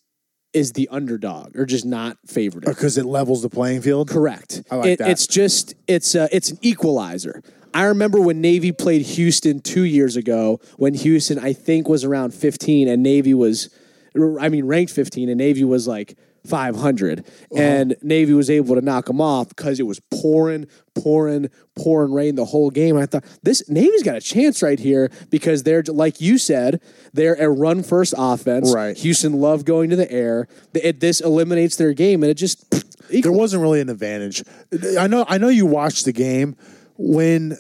[SPEAKER 3] is the underdog or just not favored.
[SPEAKER 4] Because it levels the playing field.
[SPEAKER 3] Correct.
[SPEAKER 4] I like
[SPEAKER 3] It-
[SPEAKER 4] that.
[SPEAKER 3] It's just it's uh, it's an equalizer. I remember when Navy played Houston two years ago when Houston I think was around 15 and Navy was I mean ranked 15 and Navy was like 500
[SPEAKER 4] Uh-huh.
[SPEAKER 3] and Navy was able to knock them off because it was pouring pouring pouring rain the whole game. I thought this Navy's got a chance right here because they're like you said they're a run first offense.
[SPEAKER 4] Right.
[SPEAKER 3] Houston love going to the air. It, this eliminates their game and it just [SNIFFS]
[SPEAKER 4] there wasn't really an advantage. I know I know you watched the game when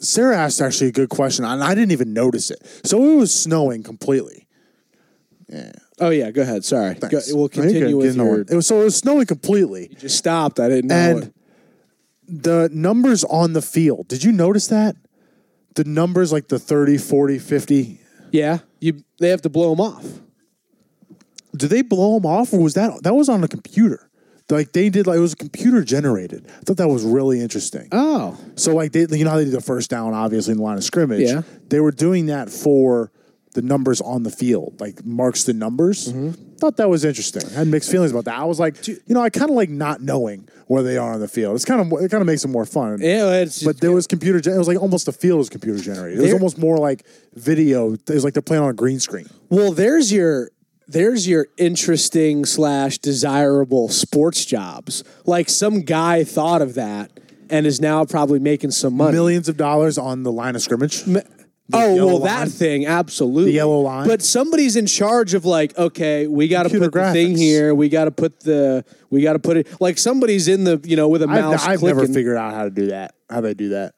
[SPEAKER 4] Sarah asked actually a good question and I didn't even notice it. So it was snowing completely.
[SPEAKER 3] Oh yeah, go ahead. Sorry, go,
[SPEAKER 4] Thanks.
[SPEAKER 3] we'll
[SPEAKER 4] No, you're
[SPEAKER 3] continue
[SPEAKER 4] good.
[SPEAKER 3] with
[SPEAKER 4] Get another
[SPEAKER 3] your.
[SPEAKER 4] one. It was, so it was snowing completely.
[SPEAKER 3] Just stopped. I didn't know.
[SPEAKER 4] And
[SPEAKER 3] it.
[SPEAKER 4] the numbers on the field. Did you notice that? The numbers like the 30, 40, 50.
[SPEAKER 3] yeah, you they have to blow them off.
[SPEAKER 4] Did they blow them off or was that that was on a computer? Like they did like it was computer generated. I thought that was really interesting.
[SPEAKER 3] Oh,
[SPEAKER 4] So like they, you know how they did the first down, obviously in the line of scrimmage.
[SPEAKER 3] Yeah.
[SPEAKER 4] They were doing that for the numbers on the field, like marks the numbers.
[SPEAKER 3] Mm-hmm.
[SPEAKER 4] Thought that was interesting. I had mixed feelings about that. I was like, you know, I kind of like not knowing where they are on the field. It's kind of it kind of makes it more fun.
[SPEAKER 3] yeah. It's
[SPEAKER 4] But there was computer. gen- It was like almost the field was computer generated. It was
[SPEAKER 3] There-
[SPEAKER 4] almost more like video. It was like they're playing on a green screen.
[SPEAKER 3] well, there's your there's your interesting slash desirable sports jobs. Like some guy thought of that and is now probably making some money.
[SPEAKER 4] Millions of dollars on the line of scrimmage.
[SPEAKER 3] oh
[SPEAKER 4] yellow
[SPEAKER 3] well,
[SPEAKER 4] line.
[SPEAKER 3] that thing absolutely
[SPEAKER 4] The yellow line.
[SPEAKER 3] But somebody's in charge of like, okay, we got to
[SPEAKER 4] Computer
[SPEAKER 3] put the thing
[SPEAKER 4] graphics.
[SPEAKER 3] here. We got to put the we got to put it like somebody's in the you know with a mouse.
[SPEAKER 4] I've, I've never
[SPEAKER 3] clicking.
[SPEAKER 4] figured out how to do that. How they do that.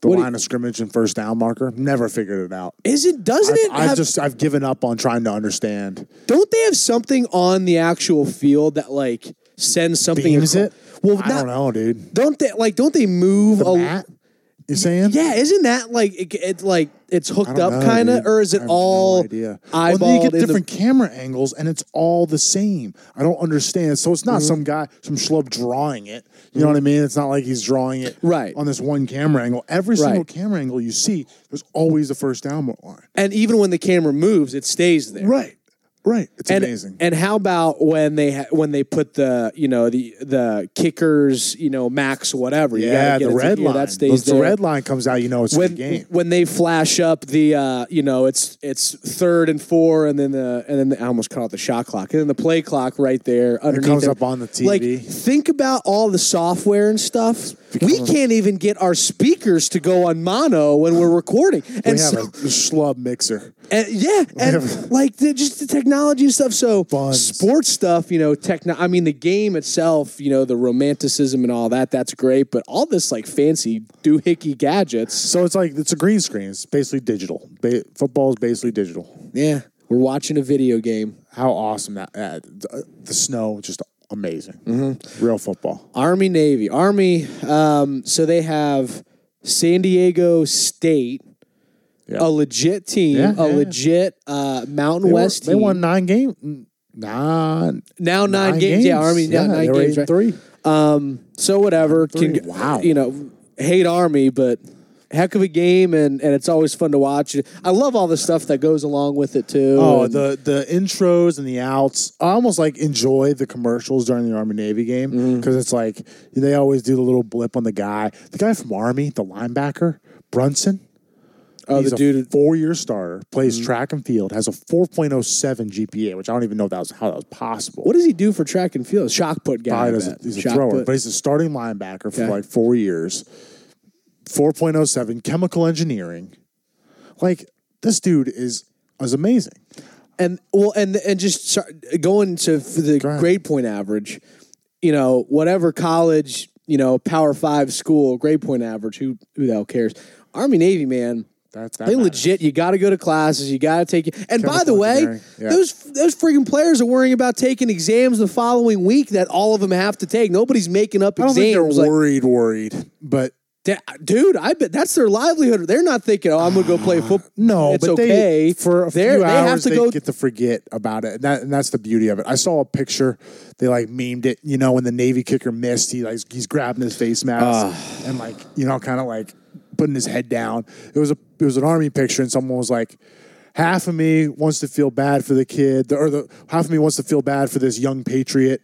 [SPEAKER 4] The
[SPEAKER 3] What do you-
[SPEAKER 4] line of scrimmage and first down marker. Never figured it out.
[SPEAKER 3] Is it? Doesn't
[SPEAKER 4] I've,
[SPEAKER 3] it?
[SPEAKER 4] I've
[SPEAKER 3] have-
[SPEAKER 4] just I've given up on trying to understand.
[SPEAKER 3] don't they have something on the actual field that like sends something?
[SPEAKER 4] Beams
[SPEAKER 3] acro-
[SPEAKER 4] it?
[SPEAKER 3] Well,
[SPEAKER 4] I
[SPEAKER 3] not-
[SPEAKER 4] don't know, dude.
[SPEAKER 3] Don't they like? Don't they move a?
[SPEAKER 4] Matt, you saying?
[SPEAKER 3] Yeah, isn't that like it, it's like it's hooked up kind of, or is it
[SPEAKER 4] I have
[SPEAKER 3] all
[SPEAKER 4] no idea?
[SPEAKER 3] eyeballed?
[SPEAKER 4] well, then you get
[SPEAKER 3] in the-
[SPEAKER 4] different camera angles, and it's all the same. I don't understand. So it's not
[SPEAKER 3] Mm-hmm.
[SPEAKER 4] some guy, some schlub drawing it. You know what I mean? It's not like he's drawing it
[SPEAKER 3] Right.
[SPEAKER 4] on this one camera angle. Every single
[SPEAKER 3] Right.
[SPEAKER 4] camera angle you see, there's always a first down line.
[SPEAKER 3] and even when the camera moves, it stays there.
[SPEAKER 4] Right, right. It's
[SPEAKER 3] and,
[SPEAKER 4] amazing.
[SPEAKER 3] And how about when they ha- when they put the you know the the kickers you know max whatever you gotta get
[SPEAKER 4] yeah, the
[SPEAKER 3] it to
[SPEAKER 4] red
[SPEAKER 3] here,
[SPEAKER 4] line.
[SPEAKER 3] that stays
[SPEAKER 4] Once the
[SPEAKER 3] there.
[SPEAKER 4] red line comes out, you know it's a
[SPEAKER 3] when [LAUGHS]
[SPEAKER 4] good game.
[SPEAKER 3] when they flash up the uh, you know it's it's third and four and then the and then the, I almost cut off the shot clock and then the play clock right there underneath
[SPEAKER 4] comes
[SPEAKER 3] there.
[SPEAKER 4] up on the
[SPEAKER 3] Like
[SPEAKER 4] TV.
[SPEAKER 3] think about all the software and stuff. We can't even get our speakers to go on mono when we're recording.
[SPEAKER 4] We
[SPEAKER 3] And
[SPEAKER 4] have
[SPEAKER 3] so, [LAUGHS]
[SPEAKER 4] a schlub mixer.
[SPEAKER 3] and- yeah, and like the, just the technology and stuff. So
[SPEAKER 4] Buns.
[SPEAKER 3] sports stuff, you know, techno. I mean, the game itself, you know, the romanticism and all that. That's great, but all this like fancy doohickey gadgets.
[SPEAKER 4] So it's like it's a green screen. It's basically digital. Ba- football is basically digital.
[SPEAKER 3] Yeah, we're watching a video game.
[SPEAKER 4] How awesome that! Uh, the, the snow just amazing.
[SPEAKER 3] Mm-hmm.
[SPEAKER 4] Real football.
[SPEAKER 3] Army Navy. Army, um, so they have San Diego State,
[SPEAKER 4] Yeah.
[SPEAKER 3] a legit team,
[SPEAKER 4] Yeah,
[SPEAKER 3] a
[SPEAKER 4] yeah, yeah.
[SPEAKER 3] legit uh, Mountain
[SPEAKER 4] They were-
[SPEAKER 3] West
[SPEAKER 4] They
[SPEAKER 3] team.
[SPEAKER 4] won nine game. Nine.
[SPEAKER 3] now nine, games. Yeah, Army now
[SPEAKER 4] they
[SPEAKER 3] nine
[SPEAKER 4] were
[SPEAKER 3] games. Right?
[SPEAKER 4] eight and Three.
[SPEAKER 3] So whatever. Can,
[SPEAKER 4] Three. Wow.
[SPEAKER 3] You know, hate Army, but heck of a game, and, and it's always fun to watch. I love all the stuff that goes along with it too.
[SPEAKER 4] Oh,
[SPEAKER 3] and-
[SPEAKER 4] the the intros and the outs. I almost like enjoy the commercials during the Army Navy game
[SPEAKER 3] Mm-hmm.
[SPEAKER 4] because it's like they always do the little blip on the guy, the guy from Army, the linebacker Brunson.
[SPEAKER 3] oh,
[SPEAKER 4] He's
[SPEAKER 3] the
[SPEAKER 4] a
[SPEAKER 3] dude. Mm-hmm.
[SPEAKER 4] four-year starter, plays track and field, has a 4.07 GPA, which I don't even know that was how that was possible.
[SPEAKER 3] What does he do for track and field? Shock put guy. I
[SPEAKER 4] Probably doesn't-
[SPEAKER 3] bet.
[SPEAKER 4] he's a
[SPEAKER 3] Shot
[SPEAKER 4] thrower,
[SPEAKER 3] put.
[SPEAKER 4] but he's a starting linebacker for
[SPEAKER 3] Okay.
[SPEAKER 4] like four years. 4.07 chemical engineering. Like this dude is is amazing.
[SPEAKER 3] and well and and just start going to f- the
[SPEAKER 4] ahead.
[SPEAKER 3] grade point average you know whatever college you know power five school grade point average who who the hell cares army navy man
[SPEAKER 4] That's that
[SPEAKER 3] they
[SPEAKER 4] matters.
[SPEAKER 3] legit you got to go to classes you got to take it and by the
[SPEAKER 4] Chemical
[SPEAKER 3] way
[SPEAKER 4] engineering, yeah.
[SPEAKER 3] those those freaking players are worrying about taking exams the following week that all of them have to take nobody's making up
[SPEAKER 4] I don't think
[SPEAKER 3] exams
[SPEAKER 4] they're
[SPEAKER 3] like,
[SPEAKER 4] worried, worried, but
[SPEAKER 3] "Da- dude i bet that's their livelihood they're not thinking oh i'm gonna go play football
[SPEAKER 4] Uh, no,
[SPEAKER 3] it's
[SPEAKER 4] but
[SPEAKER 3] okay
[SPEAKER 4] they for a few
[SPEAKER 3] They're- they
[SPEAKER 4] hours
[SPEAKER 3] have to
[SPEAKER 4] they
[SPEAKER 3] go
[SPEAKER 4] get to forget about it, and, that, and that's the beauty of it. I saw a picture they like memed it, you know, when the Navy kicker missed, he like he's grabbing his face mask and like you know, kind of like putting his head down. It was a it was an army picture, and someone was like. Half of me wants to feel bad for the kid, or the half of me wants to feel bad for this young patriot,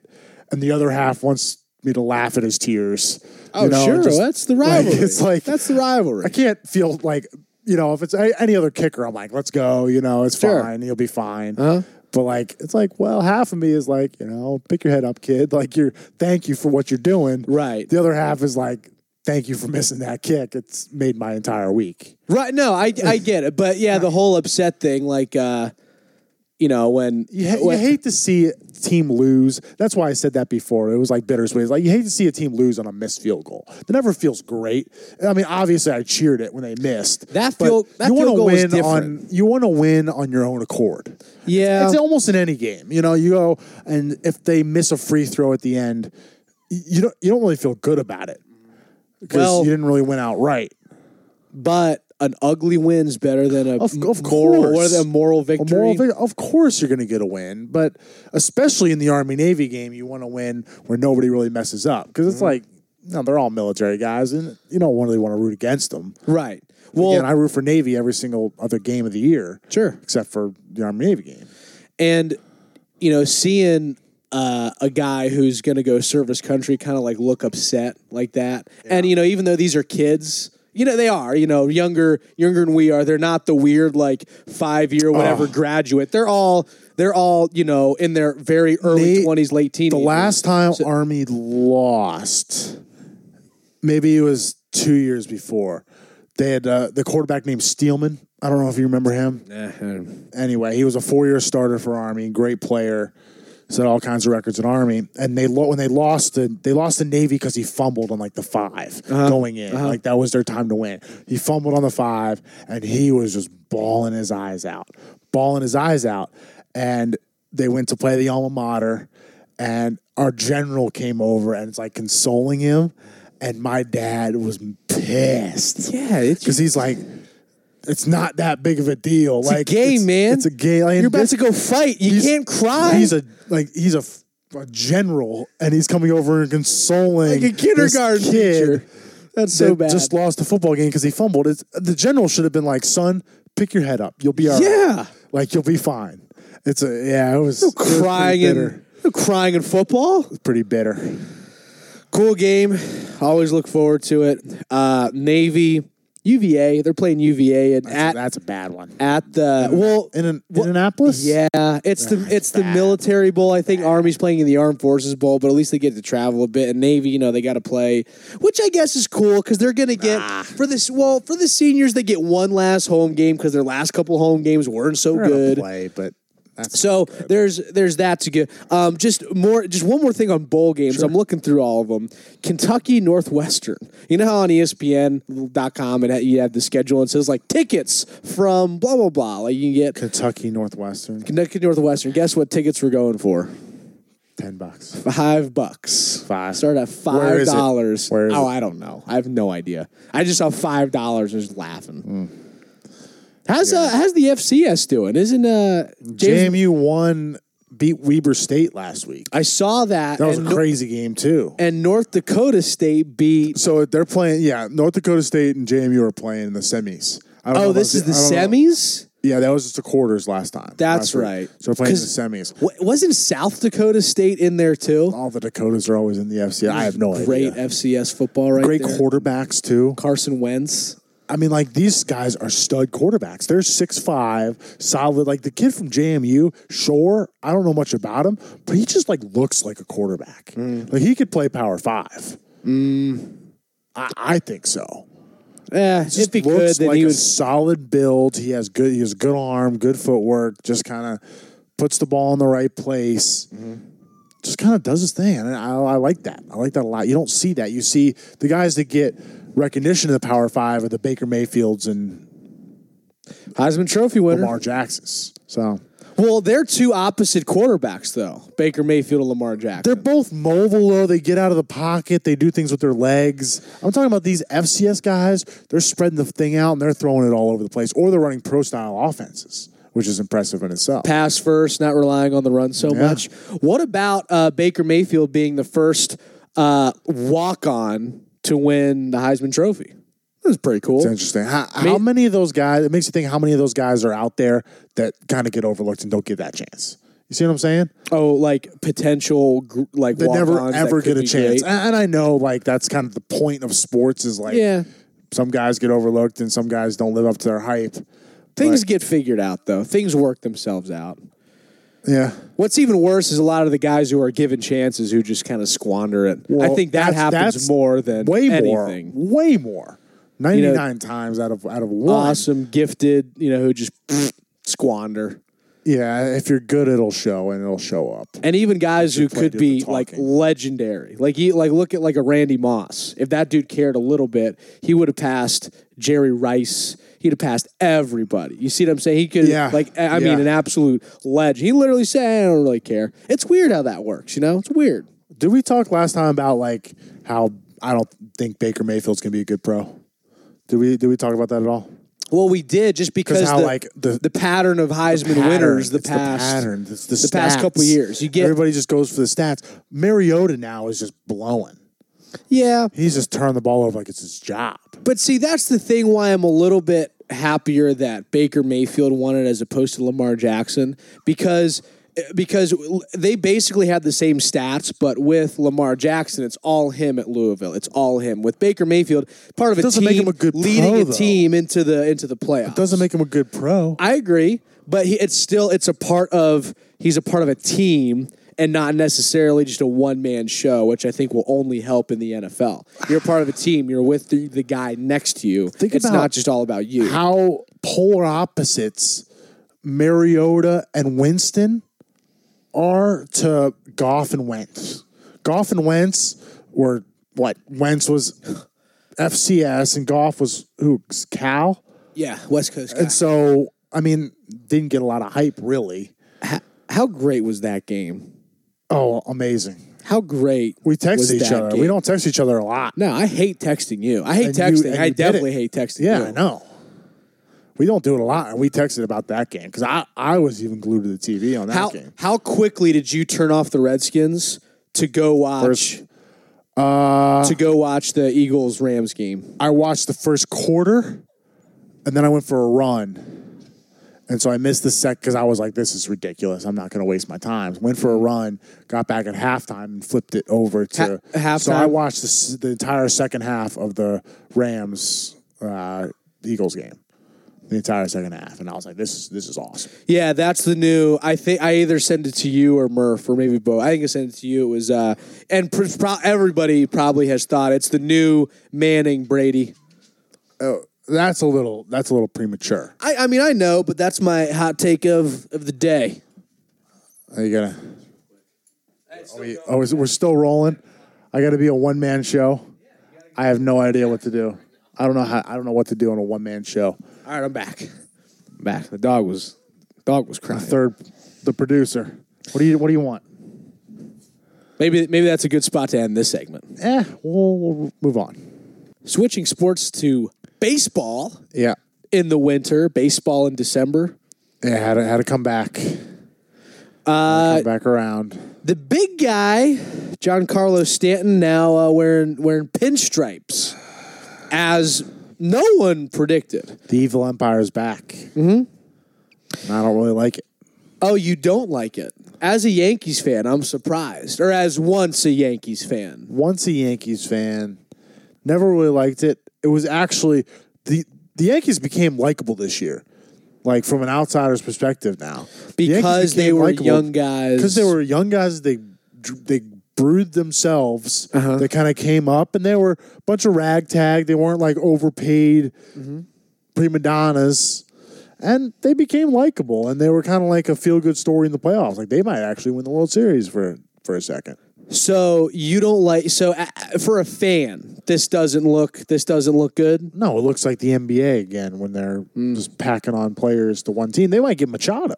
[SPEAKER 4] and the other half wants me to laugh at his tears.
[SPEAKER 3] oh
[SPEAKER 4] you know,
[SPEAKER 3] sure
[SPEAKER 4] just-
[SPEAKER 3] that's the
[SPEAKER 4] like, [LAUGHS]
[SPEAKER 3] rivalry
[SPEAKER 4] it's like
[SPEAKER 3] that's the rivalry
[SPEAKER 4] I can't feel like you know if it's a- any other kicker, I'm like, let's go. You know, it's
[SPEAKER 3] Sure. Uh-huh.
[SPEAKER 4] fine. You'll be fine. But like, it's like, well, half of me is like, you know, pick your head up, kid. [LAUGHS] Like, you're thank you for what you're doing.
[SPEAKER 3] Right.
[SPEAKER 4] The other half is like, thank you for missing that kick. It's made my entire week.
[SPEAKER 3] Right. No, I I get it, but yeah, the whole upset thing, like, uh, you know, when
[SPEAKER 4] You, ha- you
[SPEAKER 3] when-
[SPEAKER 4] hate to see a team lose. That's why I said that before. It was like bittersweet. It's like you hate to see a team lose on a missed field goal. It never feels great. I mean, obviously, I cheered it when they missed.
[SPEAKER 3] That
[SPEAKER 4] but
[SPEAKER 3] field- that
[SPEAKER 4] you wanna
[SPEAKER 3] field goal was
[SPEAKER 4] win on
[SPEAKER 3] different.
[SPEAKER 4] you want to win on your own accord.
[SPEAKER 3] yeah,
[SPEAKER 4] It's almost in any game. You know, you go and if they miss a free throw at the end, y- you don't you don't really feel good about it because
[SPEAKER 3] Well-
[SPEAKER 4] you didn't really win outright.
[SPEAKER 3] but an ugly win's better than a
[SPEAKER 4] Of- of
[SPEAKER 3] moral
[SPEAKER 4] course.
[SPEAKER 3] or a moral
[SPEAKER 4] A
[SPEAKER 3] victory.
[SPEAKER 4] moral victory- of course, you're going to get a win, but especially in the Army Navy game, you want to win where nobody really messes up because it's like, no, they're all military guys, and you don't really want to root against them.
[SPEAKER 3] right. Well,
[SPEAKER 4] Again, I root for Navy every single other game of the year,
[SPEAKER 3] Sure.
[SPEAKER 4] except for the Army Navy game.
[SPEAKER 3] and you know, seeing uh, a guy who's going to go serve his country kind of like look upset like that, and you know, even though these are kids. You know they are. You know younger, younger than we are. They're not the weird like five year whatever graduate. They're all they're all you know in their very early
[SPEAKER 4] They-
[SPEAKER 3] twenties, late teens.
[SPEAKER 4] The last time Army lost, maybe it was two years before. They had uh, the quarterback named Steelman. I don't know if you remember him. anyway, he was a four-year starter for Army, great player, set all kinds of records in Army. And they lo- when they lost the they lost the Navy because he fumbled on like the 5 going in, like that was their time to win. He fumbled on the five, and he was just bawling his eyes out, bawling his eyes out. And they went to play the alma mater, and our general came over and it's like consoling him. And my dad was pissed.
[SPEAKER 3] Yeah, it's
[SPEAKER 4] Because he's like, it's not that big of a deal.
[SPEAKER 3] a
[SPEAKER 4] like
[SPEAKER 3] game,
[SPEAKER 4] it's-
[SPEAKER 3] man.
[SPEAKER 4] It's a game. Like,
[SPEAKER 3] You're about
[SPEAKER 4] this-
[SPEAKER 3] to go fight. You
[SPEAKER 4] he's-
[SPEAKER 3] can't cry.
[SPEAKER 4] He's a like he's a, f- a general, and he's coming over and consoling
[SPEAKER 3] Like a kindergarten
[SPEAKER 4] this kid
[SPEAKER 3] teacher. That's
[SPEAKER 4] that
[SPEAKER 3] so bad.
[SPEAKER 4] Just lost the football game because he fumbled. It's, the general should have been like, son, pick your head up. You'll be all right.
[SPEAKER 3] Yeah.
[SPEAKER 4] like you'll be fine. It's a yeah. It was it was pretty
[SPEAKER 3] crying
[SPEAKER 4] bitter.
[SPEAKER 3] in no crying in football.
[SPEAKER 4] Pretty bitter.
[SPEAKER 3] Cool game. Always look forward to it. Uh, Navy, UVA. They're playing UVA and at
[SPEAKER 4] That's a bad one.
[SPEAKER 3] at the well
[SPEAKER 4] In an, Indianapolis,
[SPEAKER 3] Yeah, it's the it's the military bowl. I think Army's playing in the Armed Forces Bowl, but at least they get to travel a bit. And Navy, you know, they got to play, which I guess is cool because they're gonna get for this. Well, for the seniors, they get one last home game because their last couple home games weren't so
[SPEAKER 4] They're gonna
[SPEAKER 3] good.
[SPEAKER 4] play, but That's
[SPEAKER 3] So there's there's that to get. Um, just more, just one more thing on bowl games. I'm looking through all of them. Kentucky Northwestern. You know how on E ESPN.com it you have the schedule and it says like tickets from blah blah blah. Like you can get
[SPEAKER 4] Kentucky Northwestern,
[SPEAKER 3] Kentucky Northwestern. Guess what tickets were going for?
[SPEAKER 4] ten bucks.
[SPEAKER 3] Five bucks.
[SPEAKER 4] Five.
[SPEAKER 3] Start at
[SPEAKER 4] Where
[SPEAKER 3] five
[SPEAKER 4] is it?
[SPEAKER 3] dollars.
[SPEAKER 4] Where is
[SPEAKER 3] oh,
[SPEAKER 4] it?
[SPEAKER 3] I don't know. I have no idea. I just saw five dollars. and was laughing.
[SPEAKER 4] Hmm.
[SPEAKER 3] How's uh, how's the FCS doing? Isn't uh James-
[SPEAKER 4] JMU won, beat Weber State last week.
[SPEAKER 3] I saw that.
[SPEAKER 4] That was
[SPEAKER 3] and
[SPEAKER 4] a
[SPEAKER 3] no-
[SPEAKER 4] crazy game too.
[SPEAKER 3] and North Dakota State beat.
[SPEAKER 4] So they're playing. Yeah, North Dakota State and JMU are playing in the semis. I don't know
[SPEAKER 3] Oh,
[SPEAKER 4] if
[SPEAKER 3] this is
[SPEAKER 4] that's-
[SPEAKER 3] the
[SPEAKER 4] I don't know.
[SPEAKER 3] semis.
[SPEAKER 4] Yeah, that was just the quarters last time.
[SPEAKER 3] That's
[SPEAKER 4] last week.
[SPEAKER 3] right.
[SPEAKER 4] So they're playing in the
[SPEAKER 3] 'Cause-
[SPEAKER 4] semis.
[SPEAKER 3] Wa- wasn't South Dakota State in there too?
[SPEAKER 4] All the Dakotas are always in the FCS. I have no
[SPEAKER 3] Great
[SPEAKER 4] idea.
[SPEAKER 3] FCS football, right?
[SPEAKER 4] Great
[SPEAKER 3] there.
[SPEAKER 4] quarterbacks too.
[SPEAKER 3] Carson Wentz.
[SPEAKER 4] I mean, like these guys are stud quarterbacks. They're six five, solid. Like the kid from JMU, sure, I don't know much about him, but he just like looks like a quarterback. Like he could play power five. I, I think so.
[SPEAKER 3] Yeah,
[SPEAKER 4] Just
[SPEAKER 3] it'd be good.
[SPEAKER 4] looks
[SPEAKER 3] Then
[SPEAKER 4] like
[SPEAKER 3] Eh, he
[SPEAKER 4] a
[SPEAKER 3] would
[SPEAKER 4] solid build. He has good. He has good arm, good footwork. Just kind of puts the ball in the right place.
[SPEAKER 3] Mm-hmm.
[SPEAKER 4] Just kind of does his thing, and I, I like that. I like that a lot. You don't see that. You see the guys that get recognition in the Power Five are the Baker Mayfields and
[SPEAKER 3] Heisman Trophy winner.
[SPEAKER 4] Lamar Jacksons. So
[SPEAKER 3] Well, they're two opposite quarterbacks though. Baker Mayfield and Lamar
[SPEAKER 4] they're
[SPEAKER 3] Jackson.
[SPEAKER 4] both mobile though. They get out of the pocket. They do things with their legs. I'm talking about these FCS guys. They're spreading the thing out and they're throwing it all over the place, or they're running pro style offenses, which is impressive in itself.
[SPEAKER 3] Pass first, not relying on the run so
[SPEAKER 4] Yeah.
[SPEAKER 3] much. What about uh, Baker Mayfield being the first uh, walk on to win the Heisman Trophy? That was pretty cool.
[SPEAKER 4] It's interesting. How, how many of those guys? It makes you think how many of those guys are out there that kind of get overlooked and don't get that chance. You see what I'm saying?
[SPEAKER 3] Oh, like potential, gr- like
[SPEAKER 4] They never
[SPEAKER 3] walk-ons that
[SPEAKER 4] ever
[SPEAKER 3] could
[SPEAKER 4] get a
[SPEAKER 3] be
[SPEAKER 4] chance.
[SPEAKER 3] great.
[SPEAKER 4] And and I know like that's kind of the point of sports is like
[SPEAKER 3] Yeah,
[SPEAKER 4] some guys get overlooked and some guys don't live up to their hype.
[SPEAKER 3] things get figured out though. Things work themselves out.
[SPEAKER 4] Yeah.
[SPEAKER 3] What's even worse is a lot of the guys who are given chances who just kind of squander it. I
[SPEAKER 4] Well,
[SPEAKER 3] think that
[SPEAKER 4] that's-
[SPEAKER 3] happens
[SPEAKER 4] that's
[SPEAKER 3] more than
[SPEAKER 4] Way
[SPEAKER 3] anything.
[SPEAKER 4] more. Way more. 99 times out of out of one.
[SPEAKER 3] Awesome, gifted, you know, who just [SNIFFS] squander.
[SPEAKER 4] Yeah, if you're good it'll show and it'll show up.
[SPEAKER 3] And even guys who
[SPEAKER 4] play
[SPEAKER 3] could
[SPEAKER 4] do
[SPEAKER 3] be
[SPEAKER 4] the
[SPEAKER 3] like
[SPEAKER 4] talking.
[SPEAKER 3] legendary, like he, like look at like a Randy Moss. If that dude cared a little bit, he would have passed Jerry Rice. He'd have passed everybody. You see what I'm saying? He could,
[SPEAKER 4] Yeah.
[SPEAKER 3] like, I I
[SPEAKER 4] Yeah.
[SPEAKER 3] mean, an absolute legend. He literally said, "I don't really care." It's weird how that works. You know, it's weird.
[SPEAKER 4] Did we talk last time about like how I don't think Baker Mayfield's gonna be a good pro? Did we did we talk about that at all?
[SPEAKER 3] Well, we did just because
[SPEAKER 4] how,
[SPEAKER 3] the,
[SPEAKER 4] like, the-
[SPEAKER 3] the pattern of Heisman
[SPEAKER 4] pattern.
[SPEAKER 3] winners the
[SPEAKER 4] It's
[SPEAKER 3] past
[SPEAKER 4] pattern. It's the,
[SPEAKER 3] the past
[SPEAKER 4] stats.
[SPEAKER 3] couple years. You get-
[SPEAKER 4] everybody just goes for the stats. Mariota now is just blowing.
[SPEAKER 3] yeah.
[SPEAKER 4] He's just turning the ball over like it's his job.
[SPEAKER 3] But see, that's the thing why I'm a little bit happier that Baker Mayfield won it as opposed to Lamar Jackson because because they basically had the same stats, but with Lamar Jackson, it's all him at Louisville. It's all him. With Baker Mayfield, part of a
[SPEAKER 4] Doesn't
[SPEAKER 3] team
[SPEAKER 4] make him a good pro,
[SPEAKER 3] leading a
[SPEAKER 4] though.
[SPEAKER 3] team into the into the playoffs.
[SPEAKER 4] Doesn't make him a good pro.
[SPEAKER 3] I agree, but he, it's still it's a part of he's a part of a team and not necessarily just a one man show, which I think will only help in the NFL. You're part of a team. You're with the, the guy next to you.
[SPEAKER 4] Think
[SPEAKER 3] it's
[SPEAKER 4] about
[SPEAKER 3] not just all about you.
[SPEAKER 4] How polar opposites Mariota and Winston are to Goff and Wentz. Goff and Wentz were what? Wentz was FCS and Goff was who? Cal.
[SPEAKER 3] yeah, West Coast. guy.
[SPEAKER 4] And so, I mean, didn't get a lot of hype really.
[SPEAKER 3] How great was that game?
[SPEAKER 4] Oh, amazing.
[SPEAKER 3] How great
[SPEAKER 4] We text
[SPEAKER 3] was
[SPEAKER 4] each
[SPEAKER 3] that
[SPEAKER 4] other.
[SPEAKER 3] game?
[SPEAKER 4] We don't text each other a lot.
[SPEAKER 3] No, I hate texting you. I hate
[SPEAKER 4] And you-
[SPEAKER 3] texting.
[SPEAKER 4] and
[SPEAKER 3] I
[SPEAKER 4] you did
[SPEAKER 3] definitely hate
[SPEAKER 4] it.
[SPEAKER 3] texting.
[SPEAKER 4] Yeah,
[SPEAKER 3] you.
[SPEAKER 4] I know. We don't do it a lot, and we texted about that game because I, I was even glued to the TV on that
[SPEAKER 3] How
[SPEAKER 4] game.
[SPEAKER 3] how quickly did you turn off the Redskins to go watch
[SPEAKER 4] First- Uh,
[SPEAKER 3] to go watch the Eagles Rams game?
[SPEAKER 4] I watched the first quarter, and then I went for a run, and so I missed the sec because I was like, "This is ridiculous. I'm not going to waste my time." Went for a run, got back at halftime, and flipped it over to
[SPEAKER 3] Ha-
[SPEAKER 4] So I
[SPEAKER 3] halftime?
[SPEAKER 4] watched the, s- the entire second half of the Rams uh, Eagles game, the entire second half, and I was like, "This is this is awesome."
[SPEAKER 3] Yeah, that's the new. I think I either send it to you or Murph or maybe Bo. I think I sent it to you. It was uh, and pr- pro- everybody probably has thought it's the new Manning Brady.
[SPEAKER 4] That's a little that's a little premature.
[SPEAKER 3] I, I mean, I know, but that's my hot take of of the day.
[SPEAKER 4] Are you gonna? Are we, oh, is it, we're still rolling. I got to be a one man show. I have no idea what to do. I don't know how. I don't know what to do on a one man show.
[SPEAKER 3] All right, I'm back. I'm back. The dog was dog was crying.
[SPEAKER 4] Third, the producer. What do you What do you want?
[SPEAKER 3] Maybe maybe that's a good spot to end this segment.
[SPEAKER 4] Eh, we'll, we'll move on.
[SPEAKER 3] Switching sports to baseball
[SPEAKER 4] Yeah,
[SPEAKER 3] in the winter, baseball in December.
[SPEAKER 4] yeah. Had to, had to come back. Uh, come back around.
[SPEAKER 3] The big guy, John Carlos Stanton, now uh, wearing wearing pinstripes, as no one predicted.
[SPEAKER 4] The evil empire is back. Mm-hmm. I don't really like it.
[SPEAKER 3] Oh, you don't like it? As a Yankees fan, I'm surprised. Or as once a Yankees fan,
[SPEAKER 4] once a Yankees fan, never really liked it. It was actually the the Yankees became likable this year, like from an outsider's perspective now, The Yankees
[SPEAKER 3] Because they
[SPEAKER 4] became
[SPEAKER 3] were
[SPEAKER 4] likable
[SPEAKER 3] young guys.
[SPEAKER 4] Because they were young guys, they they brewed themselves. They kind of came up, and they were a bunch of ragtag. They weren't like overpaid prima donnas. And they became likable, and they were kind of like a feel-good story in the playoffs. Like they might actually win the World Series for for a second.
[SPEAKER 3] so you don't like. So uh, for a fan, this doesn't look. This doesn't look good.
[SPEAKER 4] No, it looks like the NBA again when they're just packing on players to one team. They might get Machado.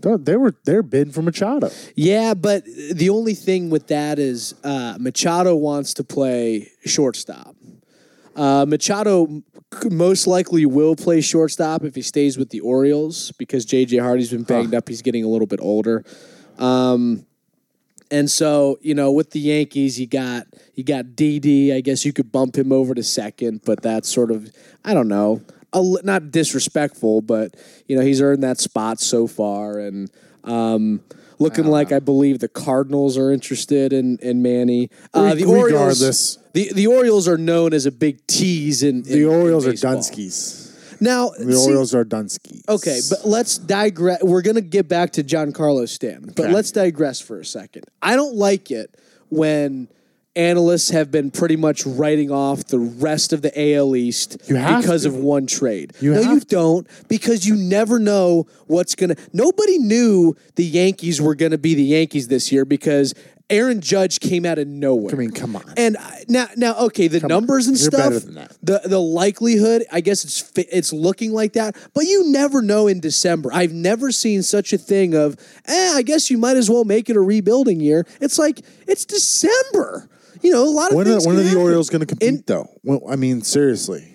[SPEAKER 4] They're, they were they're bidding for Machado.
[SPEAKER 3] Yeah, but the only thing with that is uh, Machado wants to play shortstop. Uh, Machado m- c- most likely will play shortstop if he stays with the Orioles because JJ Hardy's been banged up. He's getting a little bit older. Um, and so, you know, with the Yankees, you got you got DD. I guess you could bump him over to second, but that's sort of I don't know, a li- not disrespectful, but you know, he's earned that spot so far, and um, looking like I believe the Cardinals are interested in in Manny. Uh, the
[SPEAKER 4] Regardless.
[SPEAKER 3] Orioles, the the Orioles are known as a big tease in, in
[SPEAKER 4] The Orioles
[SPEAKER 3] in
[SPEAKER 4] are
[SPEAKER 3] baseball.
[SPEAKER 4] Dunskies.
[SPEAKER 3] Now,
[SPEAKER 4] The
[SPEAKER 3] see-
[SPEAKER 4] Orioles are Dunskies.
[SPEAKER 3] Okay, but let's digress. We're going to get back to John Carlos Stanton, but
[SPEAKER 4] Okay.
[SPEAKER 3] let's digress for a second. I don't like it when analysts have been pretty much writing off the rest of the AL East
[SPEAKER 4] You have
[SPEAKER 3] because
[SPEAKER 4] to.
[SPEAKER 3] of one trade.
[SPEAKER 4] You
[SPEAKER 3] no,
[SPEAKER 4] have
[SPEAKER 3] you
[SPEAKER 4] to.
[SPEAKER 3] don't, because you never know what's going to. Nobody knew the Yankees were going to be the Yankees this year because Aaron Judge came out of nowhere.
[SPEAKER 4] I mean, come on.
[SPEAKER 3] And I- now, now, okay, the numbers and
[SPEAKER 4] You're
[SPEAKER 3] stuff.
[SPEAKER 4] better than that.
[SPEAKER 3] The the likelihood, I guess it's fi- it's looking like that, but you never know in December. I've never seen such a thing of, eh, I guess you might as well make it a rebuilding year. It's like it's December. You know, a lot of
[SPEAKER 4] when are,
[SPEAKER 3] things.
[SPEAKER 4] when
[SPEAKER 3] can
[SPEAKER 4] are the
[SPEAKER 3] happen.
[SPEAKER 4] Orioles going to compete
[SPEAKER 3] In-
[SPEAKER 4] though? When, I mean, seriously.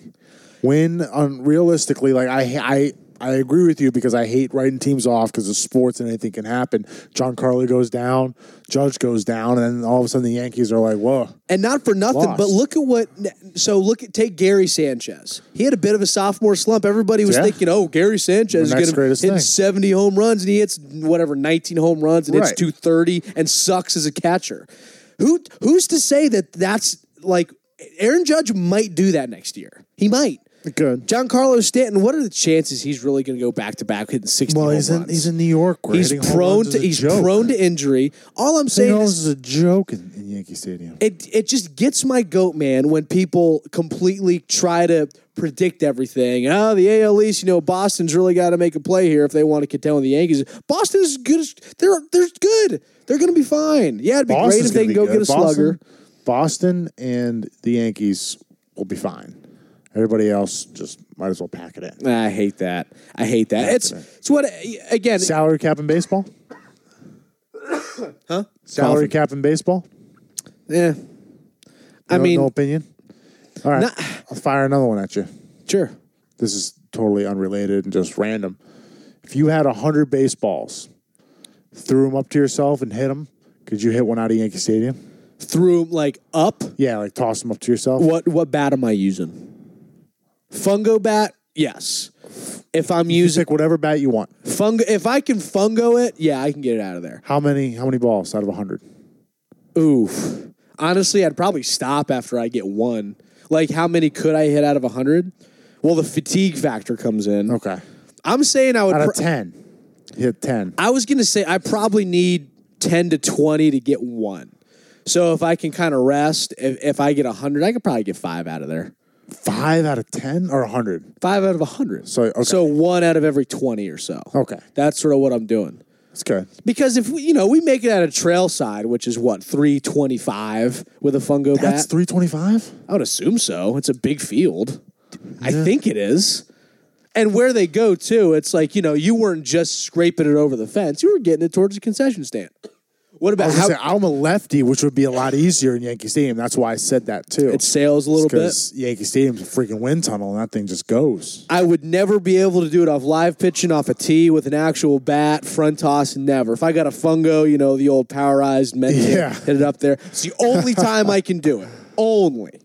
[SPEAKER 4] When unrealistically, like I I I agree with you because I hate writing teams off because of sports and anything can happen. John Carly goes down, Judge goes down, and then all of a sudden the Yankees are like, whoa.
[SPEAKER 3] And not for nothing,
[SPEAKER 4] Lost.
[SPEAKER 3] but look at what. So look at take Gary Sanchez. He had a bit of a sophomore slump. Everybody was
[SPEAKER 4] Yeah.
[SPEAKER 3] thinking, "Oh, Gary Sanchez
[SPEAKER 4] The
[SPEAKER 3] is
[SPEAKER 4] next
[SPEAKER 3] going to
[SPEAKER 4] greatest
[SPEAKER 3] hit
[SPEAKER 4] thing.
[SPEAKER 3] seventy home runs, and he hits whatever nineteen home runs, and hits
[SPEAKER 4] Right.
[SPEAKER 3] two thirty, and sucks as a catcher." Who who's to say that that's like Aaron Judge might do that next year? He might.
[SPEAKER 4] Good.
[SPEAKER 3] John Carlos Stanton. What are the chances he's really going to go back to back hitting sixty?
[SPEAKER 4] Well,
[SPEAKER 3] home
[SPEAKER 4] he's in,
[SPEAKER 3] runs?
[SPEAKER 4] he's in New York. Where
[SPEAKER 3] He's
[SPEAKER 4] hitting home
[SPEAKER 3] prone
[SPEAKER 4] runs
[SPEAKER 3] to
[SPEAKER 4] is a
[SPEAKER 3] he's
[SPEAKER 4] joke.
[SPEAKER 3] prone to injury. All I'm
[SPEAKER 4] St.
[SPEAKER 3] saying
[SPEAKER 4] Louis
[SPEAKER 3] is
[SPEAKER 4] is a joke in, in Yankee Stadium.
[SPEAKER 3] it it just gets my goat, man, when people completely try to predict everything. Oh, the AL East, you know, Boston's really got to make a play here if they want to contend with the Yankees. Boston is good. As, they're they're good. They're going to be fine. Yeah, it'd be great if they
[SPEAKER 4] gonna
[SPEAKER 3] can
[SPEAKER 4] be
[SPEAKER 3] go
[SPEAKER 4] good.
[SPEAKER 3] get a
[SPEAKER 4] Boston-
[SPEAKER 3] slugger.
[SPEAKER 4] Boston and the Yankees will be fine. Everybody else just might as well pack it in.
[SPEAKER 3] I hate that. I hate that. It's it's what again.
[SPEAKER 4] Salary cap in baseball? huh? Salary cap in baseball?
[SPEAKER 3] Yeah, eh. I
[SPEAKER 4] No-
[SPEAKER 3] mean,
[SPEAKER 4] no opinion. All right, I'll fire another one at you.
[SPEAKER 3] sure.
[SPEAKER 4] This is totally unrelated and just random. If you had hundred baseballs, threw them up to yourself and hit them, could you hit one out of Yankee Stadium?
[SPEAKER 3] Threw 'em, like up.
[SPEAKER 4] Yeah, like toss them up to yourself.
[SPEAKER 3] What what bat am I using? Fungo bat. Yes. If
[SPEAKER 4] [LAUGHS]
[SPEAKER 3] I'm using
[SPEAKER 4] Pick whatever bat you want.
[SPEAKER 3] Fungo. If I can fungo it, yeah, I can get it out of there.
[SPEAKER 4] How many? How many balls out of hundred?
[SPEAKER 3] Oof. Honestly, I'd probably stop after I get one. Like, how many could I hit out of hundred? Well, the fatigue factor comes in.
[SPEAKER 4] Okay.
[SPEAKER 3] I'm saying I would.
[SPEAKER 4] Out
[SPEAKER 3] Pro-
[SPEAKER 4] of ten, you hit ten.
[SPEAKER 3] I was gonna say I probably need ten to twenty to get one. So if I can kind of rest, if, if I get hundred, I could probably get five out of there.
[SPEAKER 4] Five out of ten or hundred.
[SPEAKER 3] Five out of hundred.
[SPEAKER 4] So, okay.
[SPEAKER 3] so one out of every twenty or so.
[SPEAKER 4] Okay.
[SPEAKER 3] That's sort of what I'm doing.
[SPEAKER 4] That's good.
[SPEAKER 3] Because if we, you know, we make it at a trail side, which is what three twenty five with a fungo
[SPEAKER 4] That's
[SPEAKER 3] bat.
[SPEAKER 4] three twenty five.
[SPEAKER 3] I would assume so. It's a big field. I think it is. And where they go too, it's like you know, you weren't just scraping it over the fence; you were getting it towards the concession stand. What
[SPEAKER 4] I
[SPEAKER 3] about
[SPEAKER 4] was gonna
[SPEAKER 3] how
[SPEAKER 4] say I'm a lefty, which would be a lot easier in Yankee Stadium. That's why I said that too.
[SPEAKER 3] it sails a little bit?
[SPEAKER 4] because Yankee Stadium's a freaking wind tunnel, and that thing just goes.
[SPEAKER 3] I would never be able to do it off live pitching, off a tee with an actual bat, front toss, never. If I got a fungo, you know, the old powerized men
[SPEAKER 4] Yeah.
[SPEAKER 3] hit it up there. It's the only time I can do it. Only.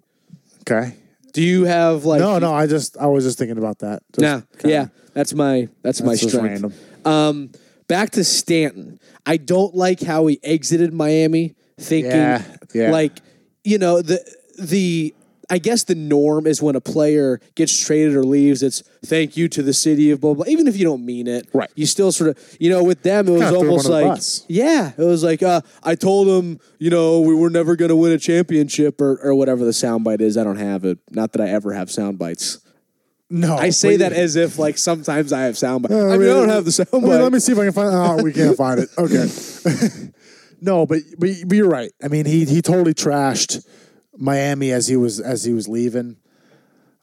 [SPEAKER 4] Okay.
[SPEAKER 3] Do you have like
[SPEAKER 4] No, no. I just I was just thinking about that. Just
[SPEAKER 3] Nah,
[SPEAKER 4] kinda-
[SPEAKER 3] yeah, that's my that's, my
[SPEAKER 4] That's just
[SPEAKER 3] strength.
[SPEAKER 4] random.
[SPEAKER 3] Um, back to Stanton. I don't like how he exited Miami, thinking
[SPEAKER 4] Yeah, yeah.
[SPEAKER 3] like you know the the. I guess the norm is when a player gets traded or leaves, it's thank you to the city of blah blah. Even if you don't mean it,
[SPEAKER 4] Right.
[SPEAKER 3] You still sort of you know with them it was
[SPEAKER 4] threw him
[SPEAKER 3] almost
[SPEAKER 4] under the
[SPEAKER 3] like
[SPEAKER 4] bus.
[SPEAKER 3] yeah, it was like uh, I told him you know we were never going to win a championship or or whatever the soundbite is. I don't have it. Not that I ever have sound bites.
[SPEAKER 4] No,
[SPEAKER 3] I say
[SPEAKER 4] wait.
[SPEAKER 3] that as if like sometimes I have soundbite. I mean,
[SPEAKER 4] mean,
[SPEAKER 3] I don't have the soundbite.
[SPEAKER 4] I mean, let me see if I can find. Oh, we can't find it. Okay. [LAUGHS] no, but, but but you're right. I mean, he he totally trashed Miami as he was as he was leaving.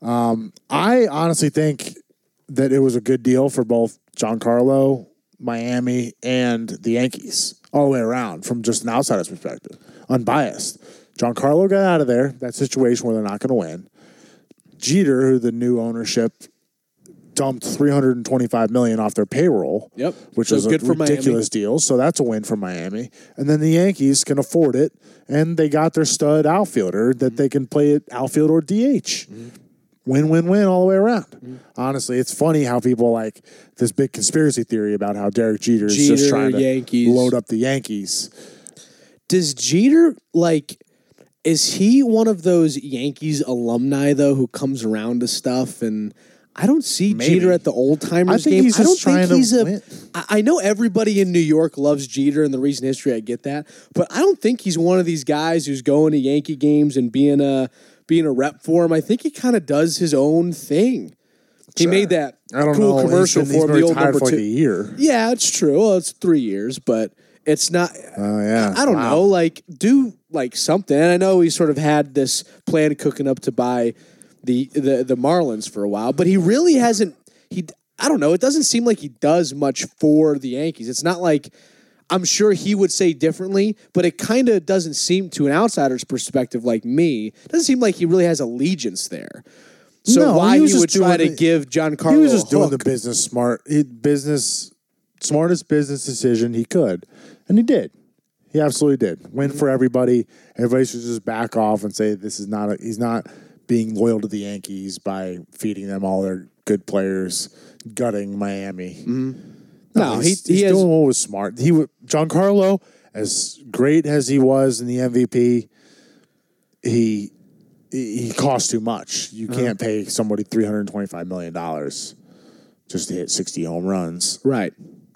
[SPEAKER 4] Um, I honestly think that it was a good deal for both Giancarlo, Miami, and the Yankees all the way around from just an outsider's perspective, unbiased. Giancarlo got out of there that situation where they're not going to win. Jeter, who the new ownership dumped 325 million off their payroll.
[SPEAKER 3] Yep.
[SPEAKER 4] which
[SPEAKER 3] So
[SPEAKER 4] is
[SPEAKER 3] good
[SPEAKER 4] a
[SPEAKER 3] for Miami.
[SPEAKER 4] ridiculous deal. So that's a win for Miami. And then the Yankees can afford it, and they got their stud outfielder
[SPEAKER 3] Mm-hmm.
[SPEAKER 4] that they can play at outfield or DH. Win, win, win all the way around. Honestly, it's funny how people like this big conspiracy theory about how Derek Jeter is just
[SPEAKER 3] Jeter,
[SPEAKER 4] trying to
[SPEAKER 3] Yankees.
[SPEAKER 4] load up the Yankees.
[SPEAKER 3] Does Jeter like? Is he one of those Yankees alumni though who comes around to stuff and? I don't see
[SPEAKER 4] Maybe.
[SPEAKER 3] Jeter at the old
[SPEAKER 4] I
[SPEAKER 3] timers
[SPEAKER 4] think
[SPEAKER 3] game.
[SPEAKER 4] he's
[SPEAKER 3] I don't
[SPEAKER 4] just trying
[SPEAKER 3] think
[SPEAKER 4] to
[SPEAKER 3] he's a. I
[SPEAKER 4] win.
[SPEAKER 3] I know everybody in New York loves Jeter and the recent history. I get that, but I don't think he's one of these guys who's going to Yankee games and being a being a rep for him. I think he kind of does his own thing. He made that
[SPEAKER 4] I don't
[SPEAKER 3] cool
[SPEAKER 4] know. He's
[SPEAKER 3] commercial
[SPEAKER 4] been- he's
[SPEAKER 3] for him,
[SPEAKER 4] been
[SPEAKER 3] the old
[SPEAKER 4] retired
[SPEAKER 3] number
[SPEAKER 4] for like
[SPEAKER 3] two.
[SPEAKER 4] a year.
[SPEAKER 3] Yeah, it's true. Well, it's three years, but it's not.
[SPEAKER 4] Oh yeah,
[SPEAKER 3] I don't
[SPEAKER 4] Wow.
[SPEAKER 3] know. Like, do like something. And I know he sort of had this plan cooking up to buy the the the Marlins for a while, but he really hasn't. He I don't know. It doesn't seem like he does much for the Yankees. It's not like. I'm sure he would say differently, but it kind of doesn't seem to an outsider's perspective like me. Doesn't seem like he really has allegiance there. So
[SPEAKER 4] No,
[SPEAKER 3] why
[SPEAKER 4] he
[SPEAKER 3] he,
[SPEAKER 4] was
[SPEAKER 3] would
[SPEAKER 4] just
[SPEAKER 3] try to
[SPEAKER 4] doing the-
[SPEAKER 3] give John
[SPEAKER 4] he
[SPEAKER 3] Carlos
[SPEAKER 4] was just doing the business smart he- business smartest business decision he could and he did he absolutely did win for everybody everybody should just back off and say this is not a, he's not being loyal to the yankees by feeding them all their good players gutting miami Mm-hmm.
[SPEAKER 3] no. He,
[SPEAKER 4] he's,
[SPEAKER 3] he
[SPEAKER 4] he's
[SPEAKER 3] has
[SPEAKER 4] doing what was smart he would Carlo, as great as he was in the mvp he he costs too much. You can't pay somebody three hundred twenty-five million dollars just to hit sixty home runs.
[SPEAKER 3] right.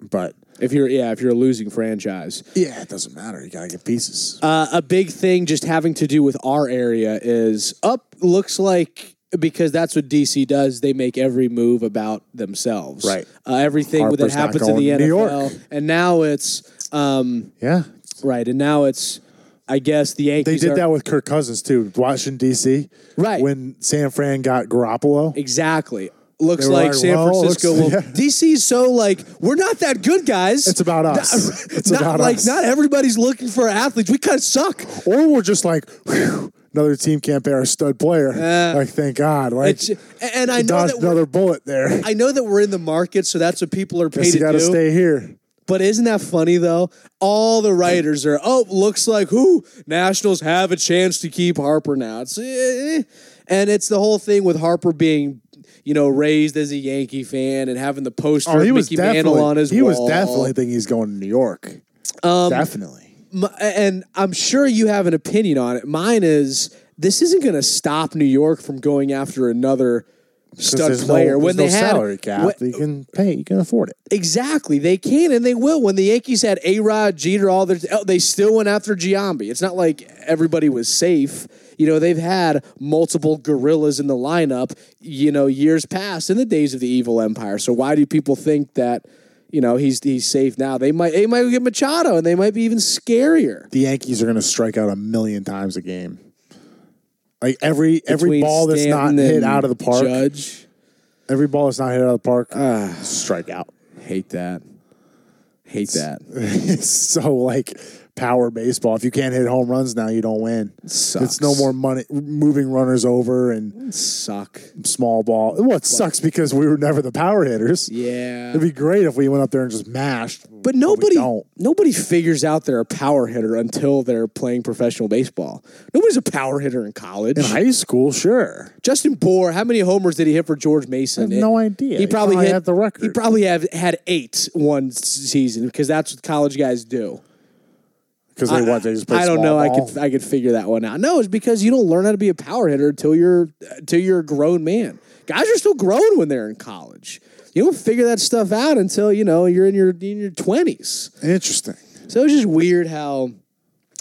[SPEAKER 4] But
[SPEAKER 3] If you're yeah, if you're a losing franchise,
[SPEAKER 4] yeah, it doesn't matter. You gotta get pieces.
[SPEAKER 3] uh, a big thing just having to do with our area is up. Looks like because that's what DC does. They make every move about themselves.
[SPEAKER 4] Right.
[SPEAKER 3] Uh, everything that
[SPEAKER 4] Harper's not
[SPEAKER 3] happens in the
[SPEAKER 4] going to New York.
[SPEAKER 3] NFL, and now it's um,
[SPEAKER 4] yeah,
[SPEAKER 3] right, and now it's. I guess the
[SPEAKER 4] they
[SPEAKER 3] Yankees
[SPEAKER 4] did
[SPEAKER 3] are-
[SPEAKER 4] that with Kirk Cousins too. Washington D.C.
[SPEAKER 3] Right.
[SPEAKER 4] when San Fran got Garoppolo.
[SPEAKER 3] exactly. Looks
[SPEAKER 4] They were
[SPEAKER 3] like,
[SPEAKER 4] like,
[SPEAKER 3] San
[SPEAKER 4] well,
[SPEAKER 3] Francisco.
[SPEAKER 4] looks-
[SPEAKER 3] will
[SPEAKER 4] [LAUGHS] yeah.
[SPEAKER 3] DC's so like we're not that good, guys.
[SPEAKER 4] It's about us.
[SPEAKER 3] Not,
[SPEAKER 4] It's
[SPEAKER 3] not
[SPEAKER 4] about
[SPEAKER 3] like
[SPEAKER 4] us.
[SPEAKER 3] not everybody's looking for athletes. We kind of suck.
[SPEAKER 4] Or we're just like whew, another team can't pay our stud player. like thank God, like
[SPEAKER 3] It's, and I know
[SPEAKER 4] dodged
[SPEAKER 3] that we're
[SPEAKER 4] another bullet there.
[SPEAKER 3] I know that we're in the market, so that's what people are paid
[SPEAKER 4] Guess
[SPEAKER 3] to
[SPEAKER 4] you gotta
[SPEAKER 3] do.
[SPEAKER 4] stay here.
[SPEAKER 3] But isn't that funny though? All the writers are, oh, looks like who Nationals have a chance to keep Harper now. It's, eh, eh. and it's the whole thing with Harper being, you know, raised as a Yankee fan and having the poster
[SPEAKER 4] Oh,
[SPEAKER 3] of
[SPEAKER 4] he was
[SPEAKER 3] Mickey Mantle
[SPEAKER 4] definitely.
[SPEAKER 3] on his
[SPEAKER 4] he
[SPEAKER 3] wall.
[SPEAKER 4] was definitely thinking he's going to New York. Um, definitely.
[SPEAKER 3] M- and I'm sure you have an opinion on it. Mine is this isn't going to stop New York from going after another stud
[SPEAKER 4] there's no-
[SPEAKER 3] player
[SPEAKER 4] there's
[SPEAKER 3] when
[SPEAKER 4] no
[SPEAKER 3] they had
[SPEAKER 4] salary cap,
[SPEAKER 3] what-
[SPEAKER 4] you can pay, you can afford it.
[SPEAKER 3] Exactly, they can and they will. When the Yankees had A Rod, Jeter, all their oh, they still went after Giambi. It's not like everybody was safe. You know, they've had multiple gorillas in the lineup. You know, years past in the days of the evil empire. So why do people think that? you know he's he's safe now. They might they might get Machado, and they might be even scarier.
[SPEAKER 4] The Yankees are going to strike out a million times a game. Like every every
[SPEAKER 3] Between
[SPEAKER 4] ball that's not
[SPEAKER 3] Stanton
[SPEAKER 4] hit
[SPEAKER 3] and
[SPEAKER 4] out of the park,
[SPEAKER 3] Judge, Ah.
[SPEAKER 4] every ball that's not hit out of the park, strike out. [LAUGHS]
[SPEAKER 3] hate that, hate that. [LAUGHS]
[SPEAKER 4] It's so like power baseball. If you can't hit home runs now, you don't win. It's
[SPEAKER 3] sucks.
[SPEAKER 4] no more money moving runners over and
[SPEAKER 3] Suck.
[SPEAKER 4] small ball. Well, it sucks because we were never the power hitters.
[SPEAKER 3] Yeah,
[SPEAKER 4] It'd be great if we went up there and just mashed.
[SPEAKER 3] But nobody
[SPEAKER 4] don't.
[SPEAKER 3] nobody figures out they're a power hitter until they're playing professional baseball. Nobody's a power hitter in college.
[SPEAKER 4] In high school, sure.
[SPEAKER 3] Justin Bohr, how many homers did he hit for George Mason?
[SPEAKER 4] I have no idea.
[SPEAKER 3] He
[SPEAKER 4] He
[SPEAKER 3] probably
[SPEAKER 4] probably
[SPEAKER 3] hit
[SPEAKER 4] had the record.
[SPEAKER 3] He probably have, had eight one s- season because that's what college guys do.
[SPEAKER 4] Because they want they just play
[SPEAKER 3] I don't
[SPEAKER 4] small
[SPEAKER 3] know.
[SPEAKER 4] ball.
[SPEAKER 3] I could I could figure that one out. No, it's because you don't learn how to be a power hitter until you're until you're a grown man. Guys are still grown when they're in college. You don't figure that stuff out until you know you're in your in your twenties.
[SPEAKER 4] Interesting.
[SPEAKER 3] So it's just weird how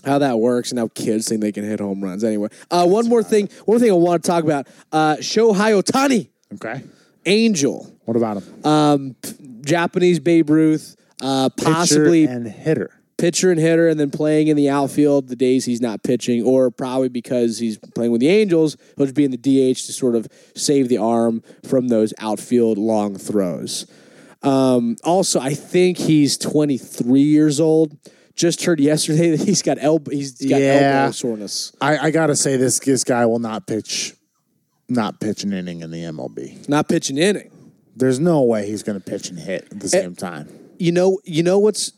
[SPEAKER 3] how that works and how kids think they can hit home runs. Anyway, uh, one more thing. One thing I want to talk about: uh, Shohei Otani,
[SPEAKER 4] Okay.
[SPEAKER 3] Angel,
[SPEAKER 4] What about him?
[SPEAKER 3] Japanese Babe Ruth, uh, possibly
[SPEAKER 4] Pitcher and hitter.
[SPEAKER 3] pitcher and hitter, and then playing in the outfield the days he's not pitching, or probably because he's playing with the Angels, he'll just be in the DH to sort of save the arm from those outfield long throws. Um, also, I think he's 23 years old. Just heard yesterday [LAUGHS] that he's got elbow he's got
[SPEAKER 4] Yeah.
[SPEAKER 3] elbow soreness.
[SPEAKER 4] I, I gotta say this this guy will not pitch, not pitch an inning in the MLB.
[SPEAKER 3] Not pitching inning.
[SPEAKER 4] There's no way he's gonna pitch and hit at the same time,
[SPEAKER 3] You know, you know what's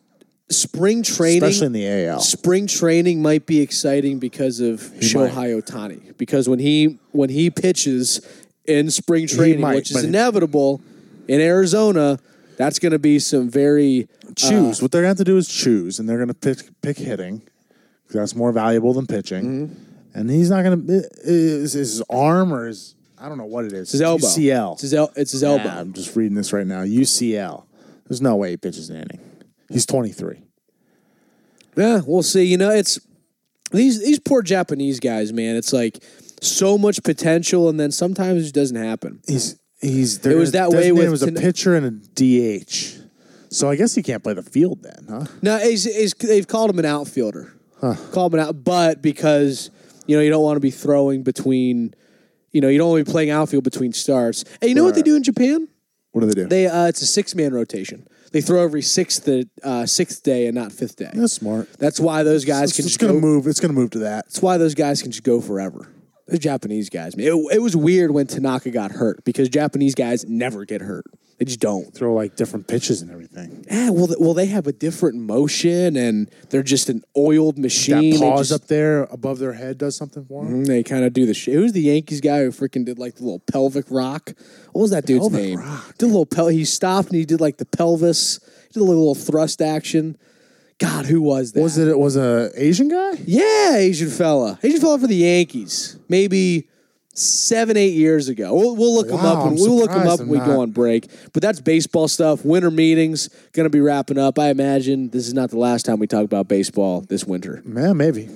[SPEAKER 3] spring training
[SPEAKER 4] especially in the AL.
[SPEAKER 3] spring training might be exciting because of Shohei Otani. Because when he when he pitches in spring training,
[SPEAKER 4] might,
[SPEAKER 3] which is
[SPEAKER 4] but-
[SPEAKER 3] inevitable in Arizona, that's going to be some very
[SPEAKER 4] Choose what they're gonna have to do is choose, and they're gonna pick pick hitting 'cause that's more valuable than pitching. And he's not gonna eh, is, is his arm or his I don't know what it is.
[SPEAKER 3] his elbow.
[SPEAKER 4] UCL.
[SPEAKER 3] It's his, el- it's his elbow.
[SPEAKER 4] Yeah, I'm just reading this right now. UCL. There's no way he pitches an inning. He's 23.
[SPEAKER 3] Yeah, we'll see. You know, it's these these poor Japanese guys, man. It's like so much potential, and then sometimes it just doesn't happen.
[SPEAKER 4] He's he's. There
[SPEAKER 3] It was that way with
[SPEAKER 4] It was a
[SPEAKER 3] Tan-
[SPEAKER 4] pitcher and a DH. So I guess he can't play the field then, huh?
[SPEAKER 3] No, he's, he's, they've called him an outfielder. Called him an out, but because you know you don't want to be throwing between, you know you don't want to be playing outfield between starts. And you know what they do in Japan?
[SPEAKER 4] What do they do?
[SPEAKER 3] They uh, it's a six man rotation. They throw every sixth uh, sixth day and not fifth day.
[SPEAKER 4] That's smart.
[SPEAKER 3] That's why those guys
[SPEAKER 4] It's
[SPEAKER 3] can just
[SPEAKER 4] just gonna
[SPEAKER 3] go.
[SPEAKER 4] move. It's gonna move to that.
[SPEAKER 3] That's why those guys can just go forever. Those Japanese guys, man. It, it was weird when Tanaka got hurt because Japanese guys never get hurt. They just don't.
[SPEAKER 4] Throw like different pitches and everything.
[SPEAKER 3] Yeah, Eh, well, th- well, they have a different motion, and they're just an oiled machine.
[SPEAKER 4] That
[SPEAKER 3] They
[SPEAKER 4] pause
[SPEAKER 3] just- Mm-hmm.
[SPEAKER 4] up there above their head does something for them.
[SPEAKER 3] And they kind of do the shit. Who's the Yankees guy who freaking did like the little pelvic rock? What was that dude's
[SPEAKER 4] Pelvic
[SPEAKER 3] name?
[SPEAKER 4] rock.
[SPEAKER 3] Did a little pel. He stopped and he did like the pelvis. He did a little thrust action. God, who was that?
[SPEAKER 4] Was it? It was a Asian guy.
[SPEAKER 3] Yeah, Asian fella. Asian fella for the Yankees. Maybe seven, eight years ago. We'll, we'll look him
[SPEAKER 4] Wow,
[SPEAKER 3] up. When,
[SPEAKER 4] I'm
[SPEAKER 3] we'll look him
[SPEAKER 4] surprised
[SPEAKER 3] up when we
[SPEAKER 4] I'm
[SPEAKER 3] go
[SPEAKER 4] not-
[SPEAKER 3] on break. But that's baseball stuff. Winter meetings going to be wrapping up. I imagine this is not the last time we talk about baseball this winter.
[SPEAKER 4] Man, maybe.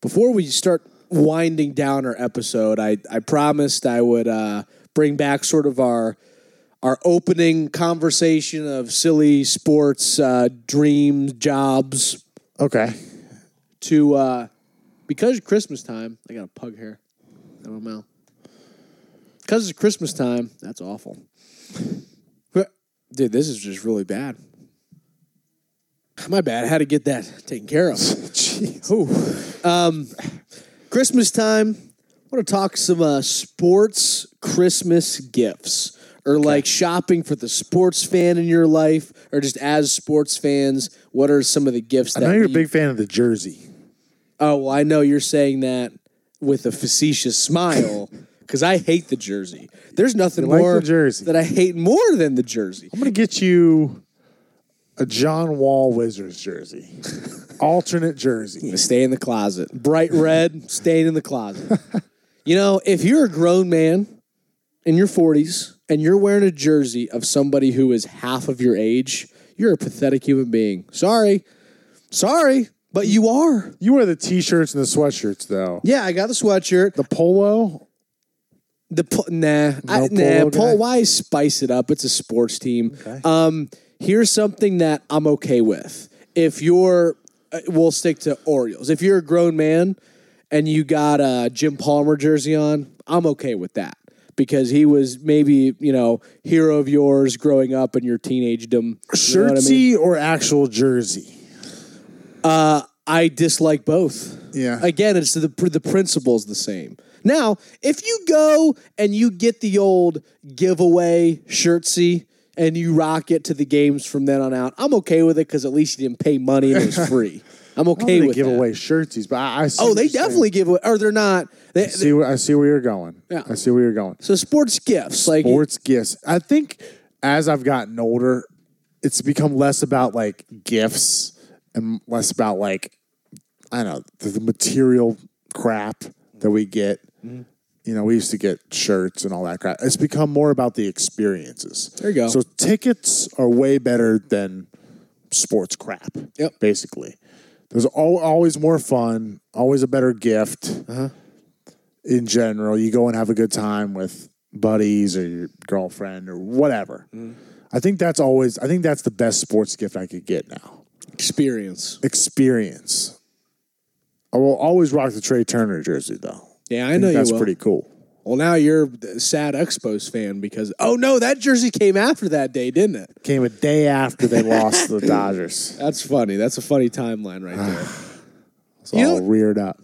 [SPEAKER 3] Before we start winding down our episode, I, I promised I would uh, bring back sort of our our opening conversation of silly sports, uh, dreams, jobs
[SPEAKER 4] Okay.
[SPEAKER 3] to uh, because it's Christmas time. I got a pug hair in my mouth. Because it's Christmas time, that's awful. Dude, this is just really bad. My bad. I had to get that taken care
[SPEAKER 4] [LAUGHS]
[SPEAKER 3] of.
[SPEAKER 4] Jeez.
[SPEAKER 3] Ooh. Um, Christmas time. I want to talk some uh, sports Christmas gifts or like shopping for the sports fan in your life or just as sports fans, what are some of the gifts
[SPEAKER 4] I
[SPEAKER 3] that
[SPEAKER 4] know you're a
[SPEAKER 3] we-
[SPEAKER 4] big fan of the jersey.
[SPEAKER 3] Oh, well, I know you're saying that with a facetious smile cuz I hate the jersey. There's nothing
[SPEAKER 4] like
[SPEAKER 3] more
[SPEAKER 4] the jersey.
[SPEAKER 3] that I hate more than the jersey.
[SPEAKER 4] I'm gonna get you a John Wall Wizards jersey,
[SPEAKER 3] [LAUGHS]
[SPEAKER 4] alternate jersey.
[SPEAKER 3] Stay in the closet. Bright red, staying in the
[SPEAKER 4] [LAUGHS]
[SPEAKER 3] closet. You know, if you're a grown man in your 40s and you're wearing a jersey of somebody who is half of your age, you're a pathetic human being. Sorry. Sorry, but you are.
[SPEAKER 4] You wear the t-shirts and the sweatshirts though.
[SPEAKER 3] Yeah, I got the sweatshirt.
[SPEAKER 4] The polo
[SPEAKER 3] The Po- nah, I,
[SPEAKER 4] No
[SPEAKER 3] nah.
[SPEAKER 4] Polo guy?
[SPEAKER 3] Paul, why spice it up? It's a sports team. Um, here's something that I'm okay with. If you're, uh, we'll stick to Orioles. If you're a grown man and you got a Jim Palmer jersey on, I'm okay with that because he was maybe you know hero of yours growing up in your teenagedom. You know what I mean?
[SPEAKER 4] Shirtsy or actual jersey?
[SPEAKER 3] I dislike both.
[SPEAKER 4] Yeah.
[SPEAKER 3] Again, it's the the principle's the same. Now, if you go and you get the old giveaway shirtsy and you rock it to the games from then on out, I'm okay with it because at least you didn't pay money and it
[SPEAKER 4] [LAUGHS]
[SPEAKER 3] was free. I'm
[SPEAKER 4] I don't
[SPEAKER 3] okay
[SPEAKER 4] think
[SPEAKER 3] with
[SPEAKER 4] they give
[SPEAKER 3] that.
[SPEAKER 4] away shirtsies, but I, I see
[SPEAKER 3] Oh,
[SPEAKER 4] what
[SPEAKER 3] they
[SPEAKER 4] you're saying.
[SPEAKER 3] definitely give away, or they're not. They,
[SPEAKER 4] I see where I see where you're going.
[SPEAKER 3] Yeah.
[SPEAKER 4] I see where you're going.
[SPEAKER 3] so sports gifts, like
[SPEAKER 4] Sports gifts. I think as I've gotten older, it's become less about like gifts and less about like I don't know the, the material crap that we get.
[SPEAKER 3] Mm-hmm.
[SPEAKER 4] You know, we used to get shirts and all that crap. It's become more about the experiences.
[SPEAKER 3] There you go.
[SPEAKER 4] So tickets are way better than sports crap.
[SPEAKER 3] Yep.
[SPEAKER 4] Basically, there's al- always more fun, always a better gift.
[SPEAKER 3] Uh-huh.
[SPEAKER 4] In general, you go and have a good time with buddies or your girlfriend or whatever.
[SPEAKER 3] Mm-hmm.
[SPEAKER 4] I think that's always. I think that's the best sports gift I could get now.
[SPEAKER 3] experience.
[SPEAKER 4] Experience. I will always rock the Trey Turner jersey though.
[SPEAKER 3] Yeah, I
[SPEAKER 4] think
[SPEAKER 3] know you
[SPEAKER 4] that's
[SPEAKER 3] will.
[SPEAKER 4] pretty cool.
[SPEAKER 3] Well, now you're a sad Expos fan because oh no, that jersey came after that day, didn't it?
[SPEAKER 4] Came a day after they lost [LAUGHS] to the Dodgers.
[SPEAKER 3] That's funny. That's a funny timeline
[SPEAKER 4] Ah.
[SPEAKER 3] right there.
[SPEAKER 4] It's
[SPEAKER 3] You
[SPEAKER 4] all
[SPEAKER 3] know-
[SPEAKER 4] reared up.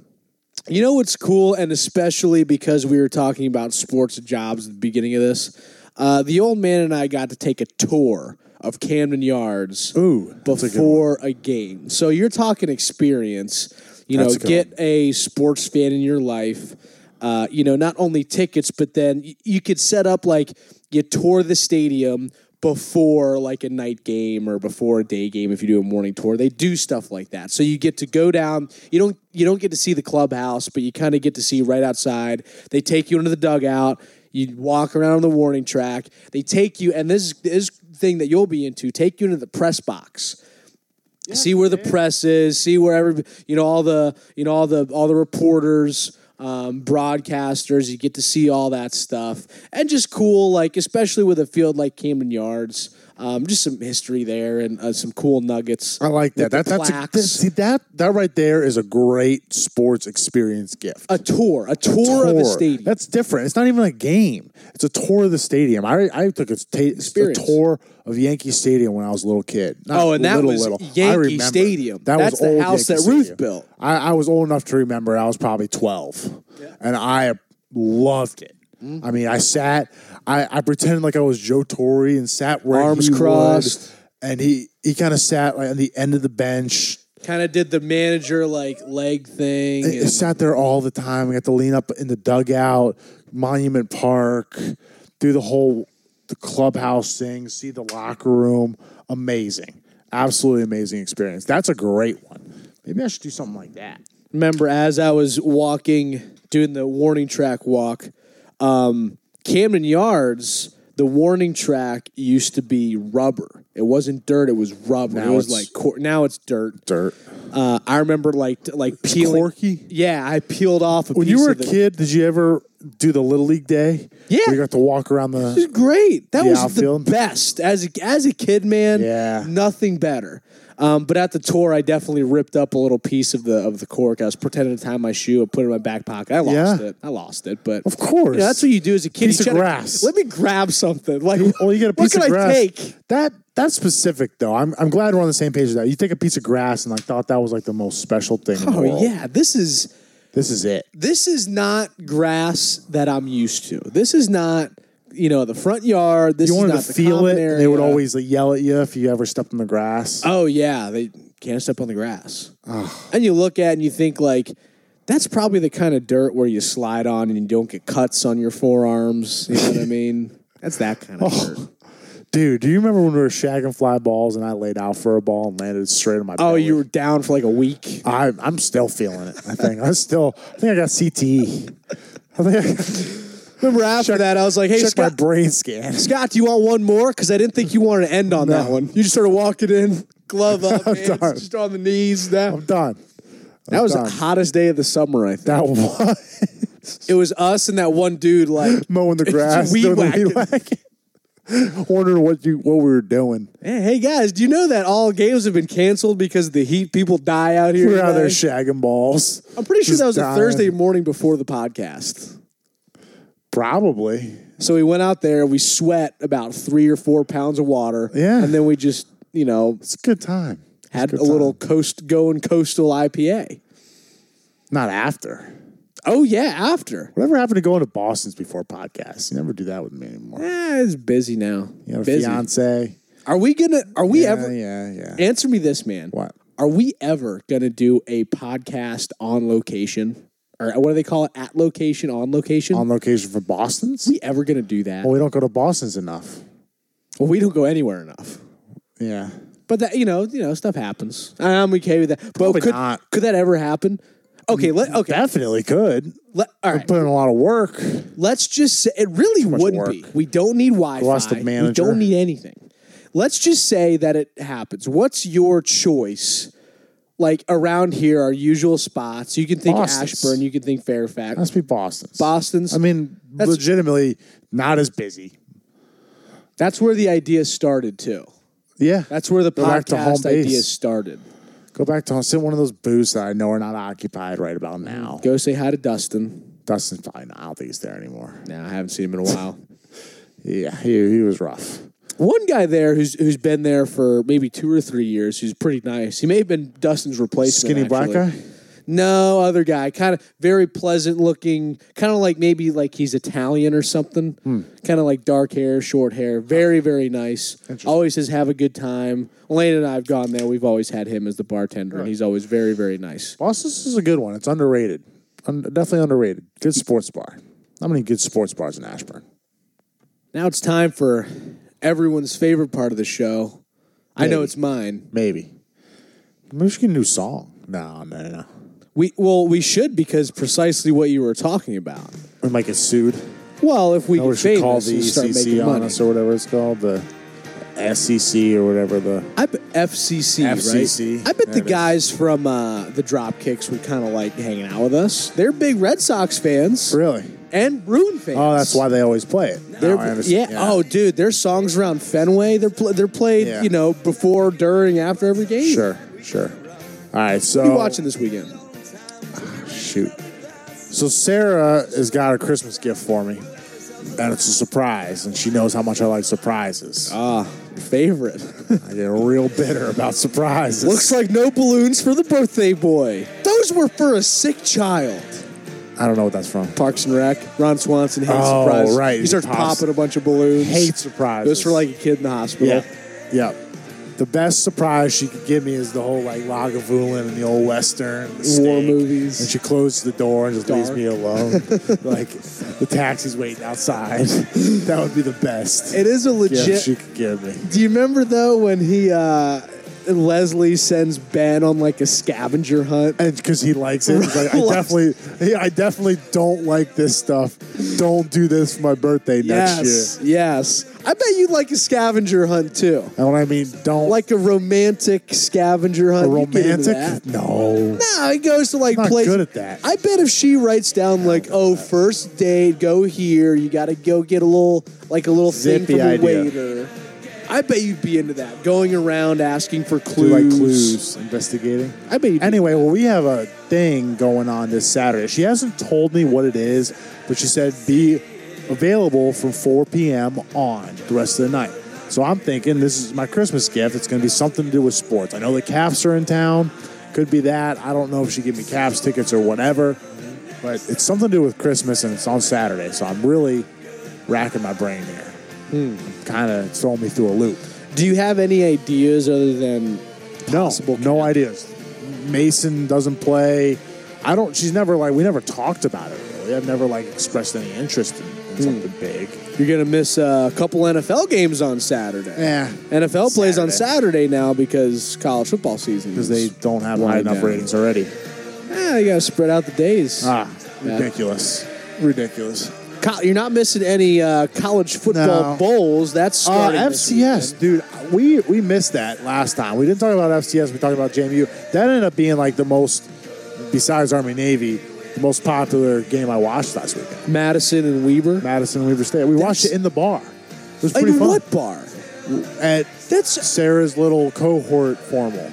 [SPEAKER 3] You know what's cool, and especially because we were talking about sports and jobs at the beginning of this, uh, the old man and I got to take a tour of Camden Yards
[SPEAKER 4] Ooh, that's a good
[SPEAKER 3] before a, game. So you're talking experience. You
[SPEAKER 4] That's a
[SPEAKER 3] know,
[SPEAKER 4] good
[SPEAKER 3] get a sports fan in your life. Uh, you know, not only tickets, but then y- you could set up like you tour the stadium before like a night game or before a day game if you do a morning tour. They do stuff like that. So you get to go down. You don't you don't get to see the clubhouse, but you kind of get to see right outside. They take you into the dugout. You walk around on the warning track. They take you, and this this thing that you'll be into take you into the press box see where the press is, see where every you know all the you know all the all the reporters, um, broadcasters. You get to see all that stuff, and just cool, like especially with a field like Camden Yards, um, just some history there and uh, some cool nuggets.
[SPEAKER 4] I like that.
[SPEAKER 3] with
[SPEAKER 4] that
[SPEAKER 3] the
[SPEAKER 4] that's a,
[SPEAKER 3] plaques.
[SPEAKER 4] that, see that that right there is a great sports experience gift.
[SPEAKER 3] a tour, a tour, of a
[SPEAKER 4] Tour.
[SPEAKER 3] stadium.
[SPEAKER 4] That's different. It's not even a game. It's a tour of the stadium. I I took a, ta- a
[SPEAKER 3] Experience.
[SPEAKER 4] tour of Yankee Stadium when I was a little kid. Not
[SPEAKER 3] Oh, and that
[SPEAKER 4] little,
[SPEAKER 3] was
[SPEAKER 4] little. I
[SPEAKER 3] Yankee
[SPEAKER 4] remember.
[SPEAKER 3] Stadium.
[SPEAKER 4] That was
[SPEAKER 3] That's the
[SPEAKER 4] old
[SPEAKER 3] house
[SPEAKER 4] Yankee
[SPEAKER 3] that Ruth
[SPEAKER 4] Stadium.
[SPEAKER 3] built.
[SPEAKER 4] I, I was old enough to remember. I was probably twelve, and I loved it.
[SPEAKER 3] Mm-hmm.
[SPEAKER 4] I mean, I sat. I, I pretended like I was Joe Torre and sat where
[SPEAKER 3] Arms
[SPEAKER 4] he was,
[SPEAKER 3] crossed.
[SPEAKER 4] and he he kind of sat like on the end of the bench,
[SPEAKER 3] kind of did the manager like leg thing.
[SPEAKER 4] I- I
[SPEAKER 3] and-
[SPEAKER 4] sat there all the time. I got to lean up in the dugout, Monument Park, do the whole the clubhouse thing, see the locker room. Amazing, absolutely amazing experience. That's a great one. Maybe I should do something like that.
[SPEAKER 3] remember as I was walking, doing the warning track walk, um, Camden Yards, the warning track used to be rubber. It wasn't dirt; it was rubber.
[SPEAKER 4] Now
[SPEAKER 3] it was
[SPEAKER 4] it's-
[SPEAKER 3] like cor- now it's dirt.
[SPEAKER 4] Dirt.
[SPEAKER 3] Uh, I remember like t- like peeling.
[SPEAKER 4] corky?
[SPEAKER 3] Yeah, I peeled off a
[SPEAKER 4] When
[SPEAKER 3] piece
[SPEAKER 4] you were a
[SPEAKER 3] of the-
[SPEAKER 4] kid, did you ever do the Little League Day?
[SPEAKER 3] Yeah.
[SPEAKER 4] where you got to walk around the.
[SPEAKER 3] It was great. That
[SPEAKER 4] The
[SPEAKER 3] was
[SPEAKER 4] outfield?
[SPEAKER 3] the best as a, as a kid, man.
[SPEAKER 4] Yeah.
[SPEAKER 3] nothing better. Um, but at the tour, I definitely ripped up a little piece of the of the cork. I was pretending to tie my shoe. I put it in my back pocket. I lost
[SPEAKER 4] Yeah.
[SPEAKER 3] it. I lost it. But
[SPEAKER 4] Of course,
[SPEAKER 3] Yeah, that's what you do as a kid.
[SPEAKER 4] Piece
[SPEAKER 3] you try
[SPEAKER 4] of
[SPEAKER 3] to-
[SPEAKER 4] grass.
[SPEAKER 3] Let me grab something. Like,
[SPEAKER 4] Well, Oh, you get a
[SPEAKER 3] [LAUGHS] what
[SPEAKER 4] piece
[SPEAKER 3] can
[SPEAKER 4] of grass.
[SPEAKER 3] I take?
[SPEAKER 4] That that's specific though. I'm I'm glad we're on the same page as that. You take a piece of grass and I thought that was like the most special thing. in the
[SPEAKER 3] Oh
[SPEAKER 4] world.
[SPEAKER 3] yeah, this is
[SPEAKER 4] this is it.
[SPEAKER 3] this is not grass that I'm used to. This is not you know the front yard. This
[SPEAKER 4] you
[SPEAKER 3] is
[SPEAKER 4] wanted
[SPEAKER 3] not
[SPEAKER 4] to
[SPEAKER 3] the uh,
[SPEAKER 4] feel
[SPEAKER 3] common
[SPEAKER 4] it. and They would
[SPEAKER 3] area.
[SPEAKER 4] always like, yell at you if you ever stepped on the grass.
[SPEAKER 3] Oh yeah, they can't step on the grass. And you look at it and you think like. That's probably the kind of dirt where you slide on and you don't get cuts on your forearms. You know what I mean? [LAUGHS] Oh. That's that kind of dirt.
[SPEAKER 4] Dude, do you remember when we were shagging fly balls and I laid out for a ball and landed straight on my
[SPEAKER 3] Oh,
[SPEAKER 4] belly?
[SPEAKER 3] you were down for like a week.
[SPEAKER 4] I, I'm still feeling it. I think I'm still. I think I got CTE.
[SPEAKER 3] [LAUGHS]
[SPEAKER 4] I think I
[SPEAKER 3] Remember after that, I was like, "Hey,
[SPEAKER 4] checked my
[SPEAKER 3] Scott,
[SPEAKER 4] brain scan. [LAUGHS]
[SPEAKER 3] Scott, do you want one more? Because I didn't think you wanted to end on that one. You just started walking in, glove [LAUGHS] up,
[SPEAKER 4] done.
[SPEAKER 3] hands just on the knees. That,
[SPEAKER 4] I'm done.
[SPEAKER 3] that was the
[SPEAKER 4] done.
[SPEAKER 3] hottest day of the summer, I think.
[SPEAKER 4] That [LAUGHS] was.
[SPEAKER 3] It was us and that one dude [LAUGHS] like
[SPEAKER 4] mowing the grass,
[SPEAKER 3] weed
[SPEAKER 4] doing the weed whacking. [LAUGHS] wondering what you what we were doing.
[SPEAKER 3] Hey, hey, guys, do you know that all games have been canceled because of the heat? People die out here.
[SPEAKER 4] We were out there
[SPEAKER 3] today?
[SPEAKER 4] shagging balls.
[SPEAKER 3] I'm pretty sure
[SPEAKER 4] just
[SPEAKER 3] that was a
[SPEAKER 4] dying.
[SPEAKER 3] Thursday morning before the podcast.
[SPEAKER 4] Probably.
[SPEAKER 3] So we went out there, we sweat about three or four pounds of water.
[SPEAKER 4] Yeah.
[SPEAKER 3] And then we just, you know,
[SPEAKER 4] It's a good time.
[SPEAKER 3] had a little coast going coastal IPA.
[SPEAKER 4] Not after.
[SPEAKER 3] Oh, yeah, after.
[SPEAKER 4] Whatever happened to going to Boston's before podcasts? You never do that with me anymore.
[SPEAKER 3] Eh, it's busy now.
[SPEAKER 4] You have a
[SPEAKER 3] busy.
[SPEAKER 4] fiance.
[SPEAKER 3] Are we gonna are we
[SPEAKER 4] Yeah,
[SPEAKER 3] ever Eh.
[SPEAKER 4] yeah, yeah.
[SPEAKER 3] answer me this man.
[SPEAKER 4] What?
[SPEAKER 3] Are we ever gonna do a podcast on location? Or what do they call it? At location, on location?
[SPEAKER 4] On location for Boston's?
[SPEAKER 3] Are we ever gonna do that?
[SPEAKER 4] Well, we don't go to Boston's enough.
[SPEAKER 3] Well, we don't go anywhere enough.
[SPEAKER 4] Yeah.
[SPEAKER 3] But that you know, you know, stuff happens. I'm okay with that. But
[SPEAKER 4] Probably
[SPEAKER 3] could
[SPEAKER 4] not.
[SPEAKER 3] could that ever happen? Okay, let okay.
[SPEAKER 4] Definitely could.
[SPEAKER 3] let, all right.
[SPEAKER 4] Put in a lot of work.
[SPEAKER 3] Let's just say it really
[SPEAKER 4] much
[SPEAKER 3] would
[SPEAKER 4] work.
[SPEAKER 3] be. We don't need Wi-Fi.
[SPEAKER 4] Lost the
[SPEAKER 3] We
[SPEAKER 4] manager.
[SPEAKER 3] don't need anything. Let's just say that it happens. What's your choice? Like around here, our usual spots. You can think
[SPEAKER 4] Boston's.
[SPEAKER 3] Ashburn. You can think Fairfax.
[SPEAKER 4] Must be Boston's.
[SPEAKER 3] Boston's.
[SPEAKER 4] I mean, legitimately not as busy.
[SPEAKER 3] that's where the idea started too.
[SPEAKER 4] Yeah.
[SPEAKER 3] That's where the
[SPEAKER 4] Go back to home
[SPEAKER 3] podcast
[SPEAKER 4] base.
[SPEAKER 3] idea started.
[SPEAKER 4] Go back to sit in one of those booths that I know are not occupied right about now.
[SPEAKER 3] Go say hi to Dustin.
[SPEAKER 4] Dustin's probably not. I don't think he's there anymore.
[SPEAKER 3] Now I haven't seen him in a while.
[SPEAKER 4] Yeah, he, he was rough.
[SPEAKER 3] One guy there who's who's been there for maybe two or three years, who's pretty nice. He may have been Dustin's replacement.
[SPEAKER 4] Skinny black
[SPEAKER 3] actually.
[SPEAKER 4] guy?
[SPEAKER 3] No, other guy, kind of very pleasant looking, kind of like maybe like he's Italian or something.
[SPEAKER 4] Hmm.
[SPEAKER 3] Kind of like dark hair, short hair, very very nice. Always says have a good time. Lane and I have gone there. We've always had him as the bartender, and he's always very very nice.
[SPEAKER 4] Boston's is a good one. It's underrated. Un- definitely underrated. Good sports bar. How many good sports bars in Ashburn?
[SPEAKER 3] Now it's time for everyone's favorite part of the show. I know it's mine.
[SPEAKER 4] Maybe. Maybe we should get a new song. No, no, no, no.
[SPEAKER 3] We well, we should because precisely what you were talking about.
[SPEAKER 4] We might get sued.
[SPEAKER 3] Well, if we
[SPEAKER 4] Or we
[SPEAKER 3] get
[SPEAKER 4] should
[SPEAKER 3] famous
[SPEAKER 4] call the
[SPEAKER 3] and start making
[SPEAKER 4] ECC on
[SPEAKER 3] money,
[SPEAKER 4] us or whatever it's called. The SEC or whatever the.
[SPEAKER 3] I bet FCC,
[SPEAKER 4] FCC,
[SPEAKER 3] right? I bet
[SPEAKER 4] there
[SPEAKER 3] the
[SPEAKER 4] it is.
[SPEAKER 3] guys from uh, the Dropkicks would kind of like hanging out with us. They're big Red Sox fans
[SPEAKER 4] Really?
[SPEAKER 3] and Bruin fans.
[SPEAKER 4] Oh, that's why they always play it.
[SPEAKER 3] They're,
[SPEAKER 4] Now I
[SPEAKER 3] yeah.
[SPEAKER 4] understand.
[SPEAKER 3] Oh, dude, their songs around Fenway. They're pl- they're played,
[SPEAKER 4] Yeah.
[SPEAKER 3] you know, before, during, after every game.
[SPEAKER 4] Sure, Oh. sure. All right, so.
[SPEAKER 3] What are you watching this weekend?
[SPEAKER 4] Shoot. So Sarah has got a Christmas gift for me, and it's a surprise, and she knows how much I like surprises.
[SPEAKER 3] Ah, your
[SPEAKER 4] [LAUGHS]
[SPEAKER 3] favorite.
[SPEAKER 4] I get real bitter about surprises.
[SPEAKER 3] Looks like no balloons for the birthday boy. Those were for a sick child.
[SPEAKER 4] I don't know what that's from.
[SPEAKER 3] Parks and Rec. Ron Swanson hates
[SPEAKER 4] Oh,
[SPEAKER 3] surprises.
[SPEAKER 4] right.
[SPEAKER 3] He starts
[SPEAKER 4] Pops-
[SPEAKER 3] popping a bunch of balloons.
[SPEAKER 4] Hate surprises.
[SPEAKER 3] Those for like a kid in the hospital.
[SPEAKER 4] yeah, yeah. The best surprise she could give me is the whole like Lagavulin and the old Western the steak.
[SPEAKER 3] movies.
[SPEAKER 4] And she closes the door and just leaves
[SPEAKER 3] Dark.
[SPEAKER 4] me [LAUGHS] alone. like the taxi's waiting [LAUGHS] outside. that would be the best
[SPEAKER 3] It is a
[SPEAKER 4] gift
[SPEAKER 3] legit.
[SPEAKER 4] she could give me.
[SPEAKER 3] Do you remember though when he uh, Leslie sends Ben on like a scavenger hunt?
[SPEAKER 4] and because he [LAUGHS] likes it, he's like, I definitely, hey, I definitely don't like this stuff. Don't do this for my birthday next
[SPEAKER 3] yes, yes. I bet you'd like a scavenger hunt too,
[SPEAKER 4] year. And when I mean, don't
[SPEAKER 3] like a romantic scavenger hunt.
[SPEAKER 4] a
[SPEAKER 3] You'd get into
[SPEAKER 4] romantic.
[SPEAKER 3] that.
[SPEAKER 4] No,
[SPEAKER 3] No, he goes to like
[SPEAKER 4] not
[SPEAKER 3] places.
[SPEAKER 4] good at that.
[SPEAKER 3] I bet if she writes down like, "Oh, first date, go here. You got to go get a little like a little
[SPEAKER 4] Zippy
[SPEAKER 3] thing from
[SPEAKER 4] idea.
[SPEAKER 3] the waiter." I bet you'd be into that. Going around asking for
[SPEAKER 4] do
[SPEAKER 3] clues.
[SPEAKER 4] like clues, investigating.
[SPEAKER 3] I bet you'd be-
[SPEAKER 4] Anyway, well, we have a thing going on this Saturday. She hasn't told me what it is, but she said be available from 4 p.m. on the rest of the night. So I'm thinking this is my Christmas gift. It's going to be something to do with sports. I know the Caps are in town. Could be that. I don't know if she gave me Caps tickets or whatever, but it's something to do with Christmas and it's on Saturday. So I'm really racking my brain here. Kind of throwing me through a loop.
[SPEAKER 3] Do you have any ideas other than
[SPEAKER 4] No,
[SPEAKER 3] possible
[SPEAKER 4] no ideas. Mason doesn't play. I don't. She's never like we never talked about it. Really, I've never like expressed any interest in,
[SPEAKER 3] Hmm.
[SPEAKER 4] in something big.
[SPEAKER 3] you're going to miss uh, a couple NFL games on Saturday?
[SPEAKER 4] Yeah.
[SPEAKER 3] NFL plays on
[SPEAKER 4] Saturday.
[SPEAKER 3] Saturday now because college football season.
[SPEAKER 4] Because they don't have
[SPEAKER 3] Why
[SPEAKER 4] high enough
[SPEAKER 3] not?
[SPEAKER 4] ratings already.
[SPEAKER 3] yeah, you got to spread out the days.
[SPEAKER 4] Ah,
[SPEAKER 3] Yeah.
[SPEAKER 4] ridiculous, ridiculous.
[SPEAKER 3] Co- you're not missing any uh, college football
[SPEAKER 4] No.
[SPEAKER 3] bowls. That's
[SPEAKER 4] Uh,
[SPEAKER 3] starting this
[SPEAKER 4] FCS, dude, we we missed that last time. We didn't talk about FCS. We talked about JMU. That ended up being like the most, besides Army Navy, the most popular game I watched last weekend.
[SPEAKER 3] Madison and Weber.
[SPEAKER 4] Madison Weaver State. We watched it in the bar. It was pretty
[SPEAKER 3] In
[SPEAKER 4] fun.
[SPEAKER 3] what bar?
[SPEAKER 4] At
[SPEAKER 3] That's
[SPEAKER 4] Sarah's little cohort formal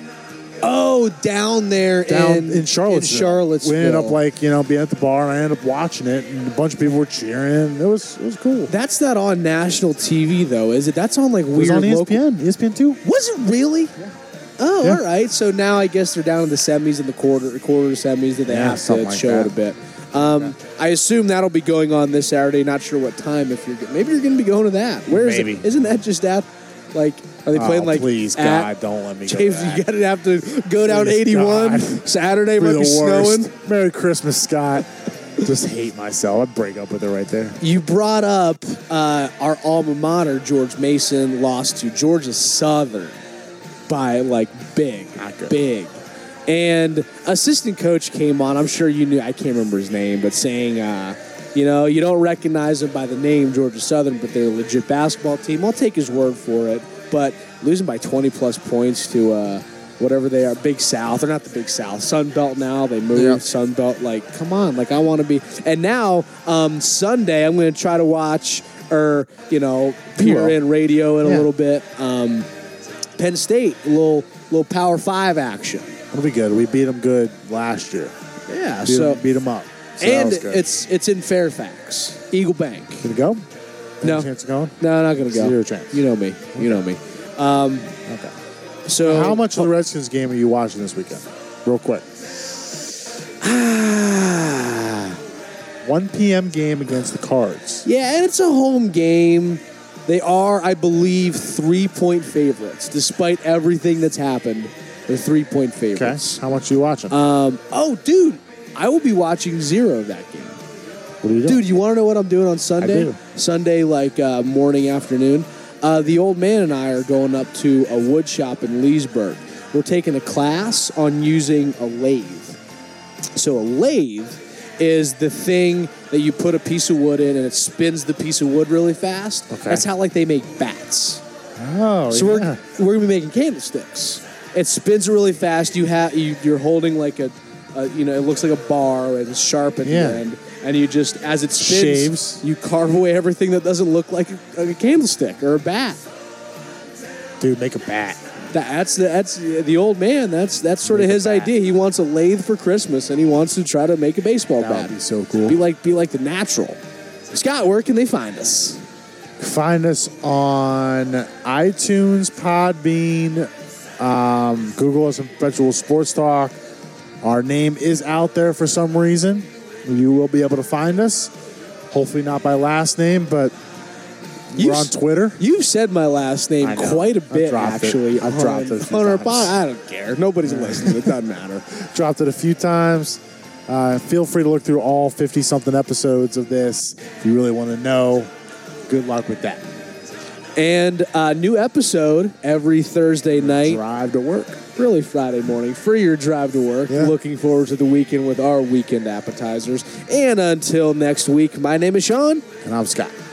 [SPEAKER 3] oh down there
[SPEAKER 4] down
[SPEAKER 3] in,
[SPEAKER 4] in Charlottesville.
[SPEAKER 3] In Charlottesville.
[SPEAKER 4] We ended up like you know being at the bar, and I ended up watching it, and a bunch of people were cheering. It was it was cool.
[SPEAKER 3] that's not on national TV though, is it? That's on like
[SPEAKER 4] it was
[SPEAKER 3] weird
[SPEAKER 4] on E
[SPEAKER 3] local.
[SPEAKER 4] ESPN, ESPN two.
[SPEAKER 3] Was it really? Oh,
[SPEAKER 4] Yeah.
[SPEAKER 3] all right. So now I guess they're down in the semis and the quarter quarter semis that they
[SPEAKER 4] Yeah,
[SPEAKER 3] have to
[SPEAKER 4] something like
[SPEAKER 3] show
[SPEAKER 4] that.
[SPEAKER 3] it a bit. Um, I assume that'll be going on this Saturday. Not sure what time. If you're maybe you're going to be going to that. Where is
[SPEAKER 4] Maybe.
[SPEAKER 3] it? Isn't that just at like are they playing
[SPEAKER 4] Oh,
[SPEAKER 3] like
[SPEAKER 4] please
[SPEAKER 3] at-
[SPEAKER 4] God, don't let me.
[SPEAKER 3] James,
[SPEAKER 4] go
[SPEAKER 3] you got to have to go down
[SPEAKER 4] Please,
[SPEAKER 3] 81
[SPEAKER 4] God.
[SPEAKER 3] Saturday.
[SPEAKER 4] You're
[SPEAKER 3] Might
[SPEAKER 4] the
[SPEAKER 3] be snowing.
[SPEAKER 4] worst. Merry Christmas, Scott. Just hate myself. I'd break up with her right there.
[SPEAKER 3] You brought up uh, our alma mater, George Mason, lost to Georgia Southern by like big,
[SPEAKER 4] Not good.
[SPEAKER 3] big. And assistant coach came on. I'm sure you knew. I can't remember his name, but saying, uh, you know, you don't recognize them by the name Georgia Southern, but they're a legit basketball team. I'll take his word for it. But losing by 20 plus points to uh, whatever they are, Big South. They're not the Big South. Sun Belt now. They moved
[SPEAKER 4] Yeah.
[SPEAKER 3] Sun Belt. Like, come on. Like, I want to be. And now um, Sunday, I'm going to try to watch or you know peer
[SPEAKER 4] will.
[SPEAKER 3] in radio in
[SPEAKER 4] Yeah.
[SPEAKER 3] a little bit. Um, Penn State, a little little Power Five action.
[SPEAKER 4] It'll be good. We beat them good last year.
[SPEAKER 3] Yeah.
[SPEAKER 4] Beat,
[SPEAKER 3] so
[SPEAKER 4] 'em- beat them up. So that
[SPEAKER 3] and
[SPEAKER 4] was good.
[SPEAKER 3] it's it's in Fairfax, Eagle Bank.
[SPEAKER 4] gonna go.
[SPEAKER 3] No,
[SPEAKER 4] chance of going.
[SPEAKER 3] no, not gonna go.
[SPEAKER 4] Zero chance.
[SPEAKER 3] You know me. You know me.
[SPEAKER 4] Okay.
[SPEAKER 3] So
[SPEAKER 4] How much of the Redskins game are you watching this weekend?
[SPEAKER 3] [SIGHS]
[SPEAKER 4] Real quick.
[SPEAKER 3] Ah.
[SPEAKER 4] 1 p.m. game against the Cards.
[SPEAKER 3] Yeah, and it's a home game. They are, I believe, three point favorites, despite everything that's happened. They're three point
[SPEAKER 4] Okay.
[SPEAKER 3] favorites.
[SPEAKER 4] How much are you watching?
[SPEAKER 3] Um, oh, dude, I will be watching zero of that game.
[SPEAKER 4] what are you doing?
[SPEAKER 3] Dude, you want to know what I'm doing on Sunday?
[SPEAKER 4] do.
[SPEAKER 3] Sunday, like uh, morning, afternoon. Uh, the old man and I are going up to a wood shop in Leesburg. We're taking a class on using a lathe. So a lathe is the thing that you put a piece of wood in and it spins the piece of wood really fast.
[SPEAKER 4] Okay.
[SPEAKER 3] That's how like they make bats.
[SPEAKER 4] oh,
[SPEAKER 3] So
[SPEAKER 4] yeah.
[SPEAKER 3] we're, we're gonna be making candlesticks. It spins really fast. You have you, you're holding like a, a you know it looks like a bar and it's sharp at
[SPEAKER 4] Yeah.
[SPEAKER 3] the end. And you just as it spins,
[SPEAKER 4] Shaves.
[SPEAKER 3] you carve away everything that doesn't look like a, a candlestick or a bat.
[SPEAKER 4] Dude, make a bat.
[SPEAKER 3] That, that's that's the old man. That's that's sort of
[SPEAKER 4] Make a
[SPEAKER 3] his
[SPEAKER 4] bat.
[SPEAKER 3] idea. He wants a lathe for Christmas and he wants to try to make a baseball
[SPEAKER 4] That would
[SPEAKER 3] bat.
[SPEAKER 4] be so cool.
[SPEAKER 3] Be like be like the natural. Scott, where can they find us?
[SPEAKER 4] Find us on iTunes, Podbean, um, Google us Perpetual Sports Talk. Our name is out there for some reason. You will be able to find us. Hopefully not by last name, but
[SPEAKER 3] You
[SPEAKER 4] we're on
[SPEAKER 3] s-
[SPEAKER 4] Twitter.
[SPEAKER 3] You've said my last name
[SPEAKER 4] I know.
[SPEAKER 3] quite a
[SPEAKER 4] I've
[SPEAKER 3] bit,
[SPEAKER 4] dropped it.
[SPEAKER 3] actually.
[SPEAKER 4] I've
[SPEAKER 3] on-
[SPEAKER 4] dropped it a few
[SPEAKER 3] on our
[SPEAKER 4] times.
[SPEAKER 3] pod. I don't care. Nobody's listening. It doesn't
[SPEAKER 4] [LAUGHS]
[SPEAKER 3] matter.
[SPEAKER 4] dropped it a few times. Uh, feel free to look through all 50 something episodes of this if you really want to know. Good luck with that.
[SPEAKER 3] And uh, new episode every Thursday night,
[SPEAKER 4] Drive to work.
[SPEAKER 3] really Friday morning, for your drive to work.
[SPEAKER 4] Yeah.
[SPEAKER 3] Looking forward to the weekend with our weekend appetizers. And until next week, my name is Sean.
[SPEAKER 4] And I'm Scott.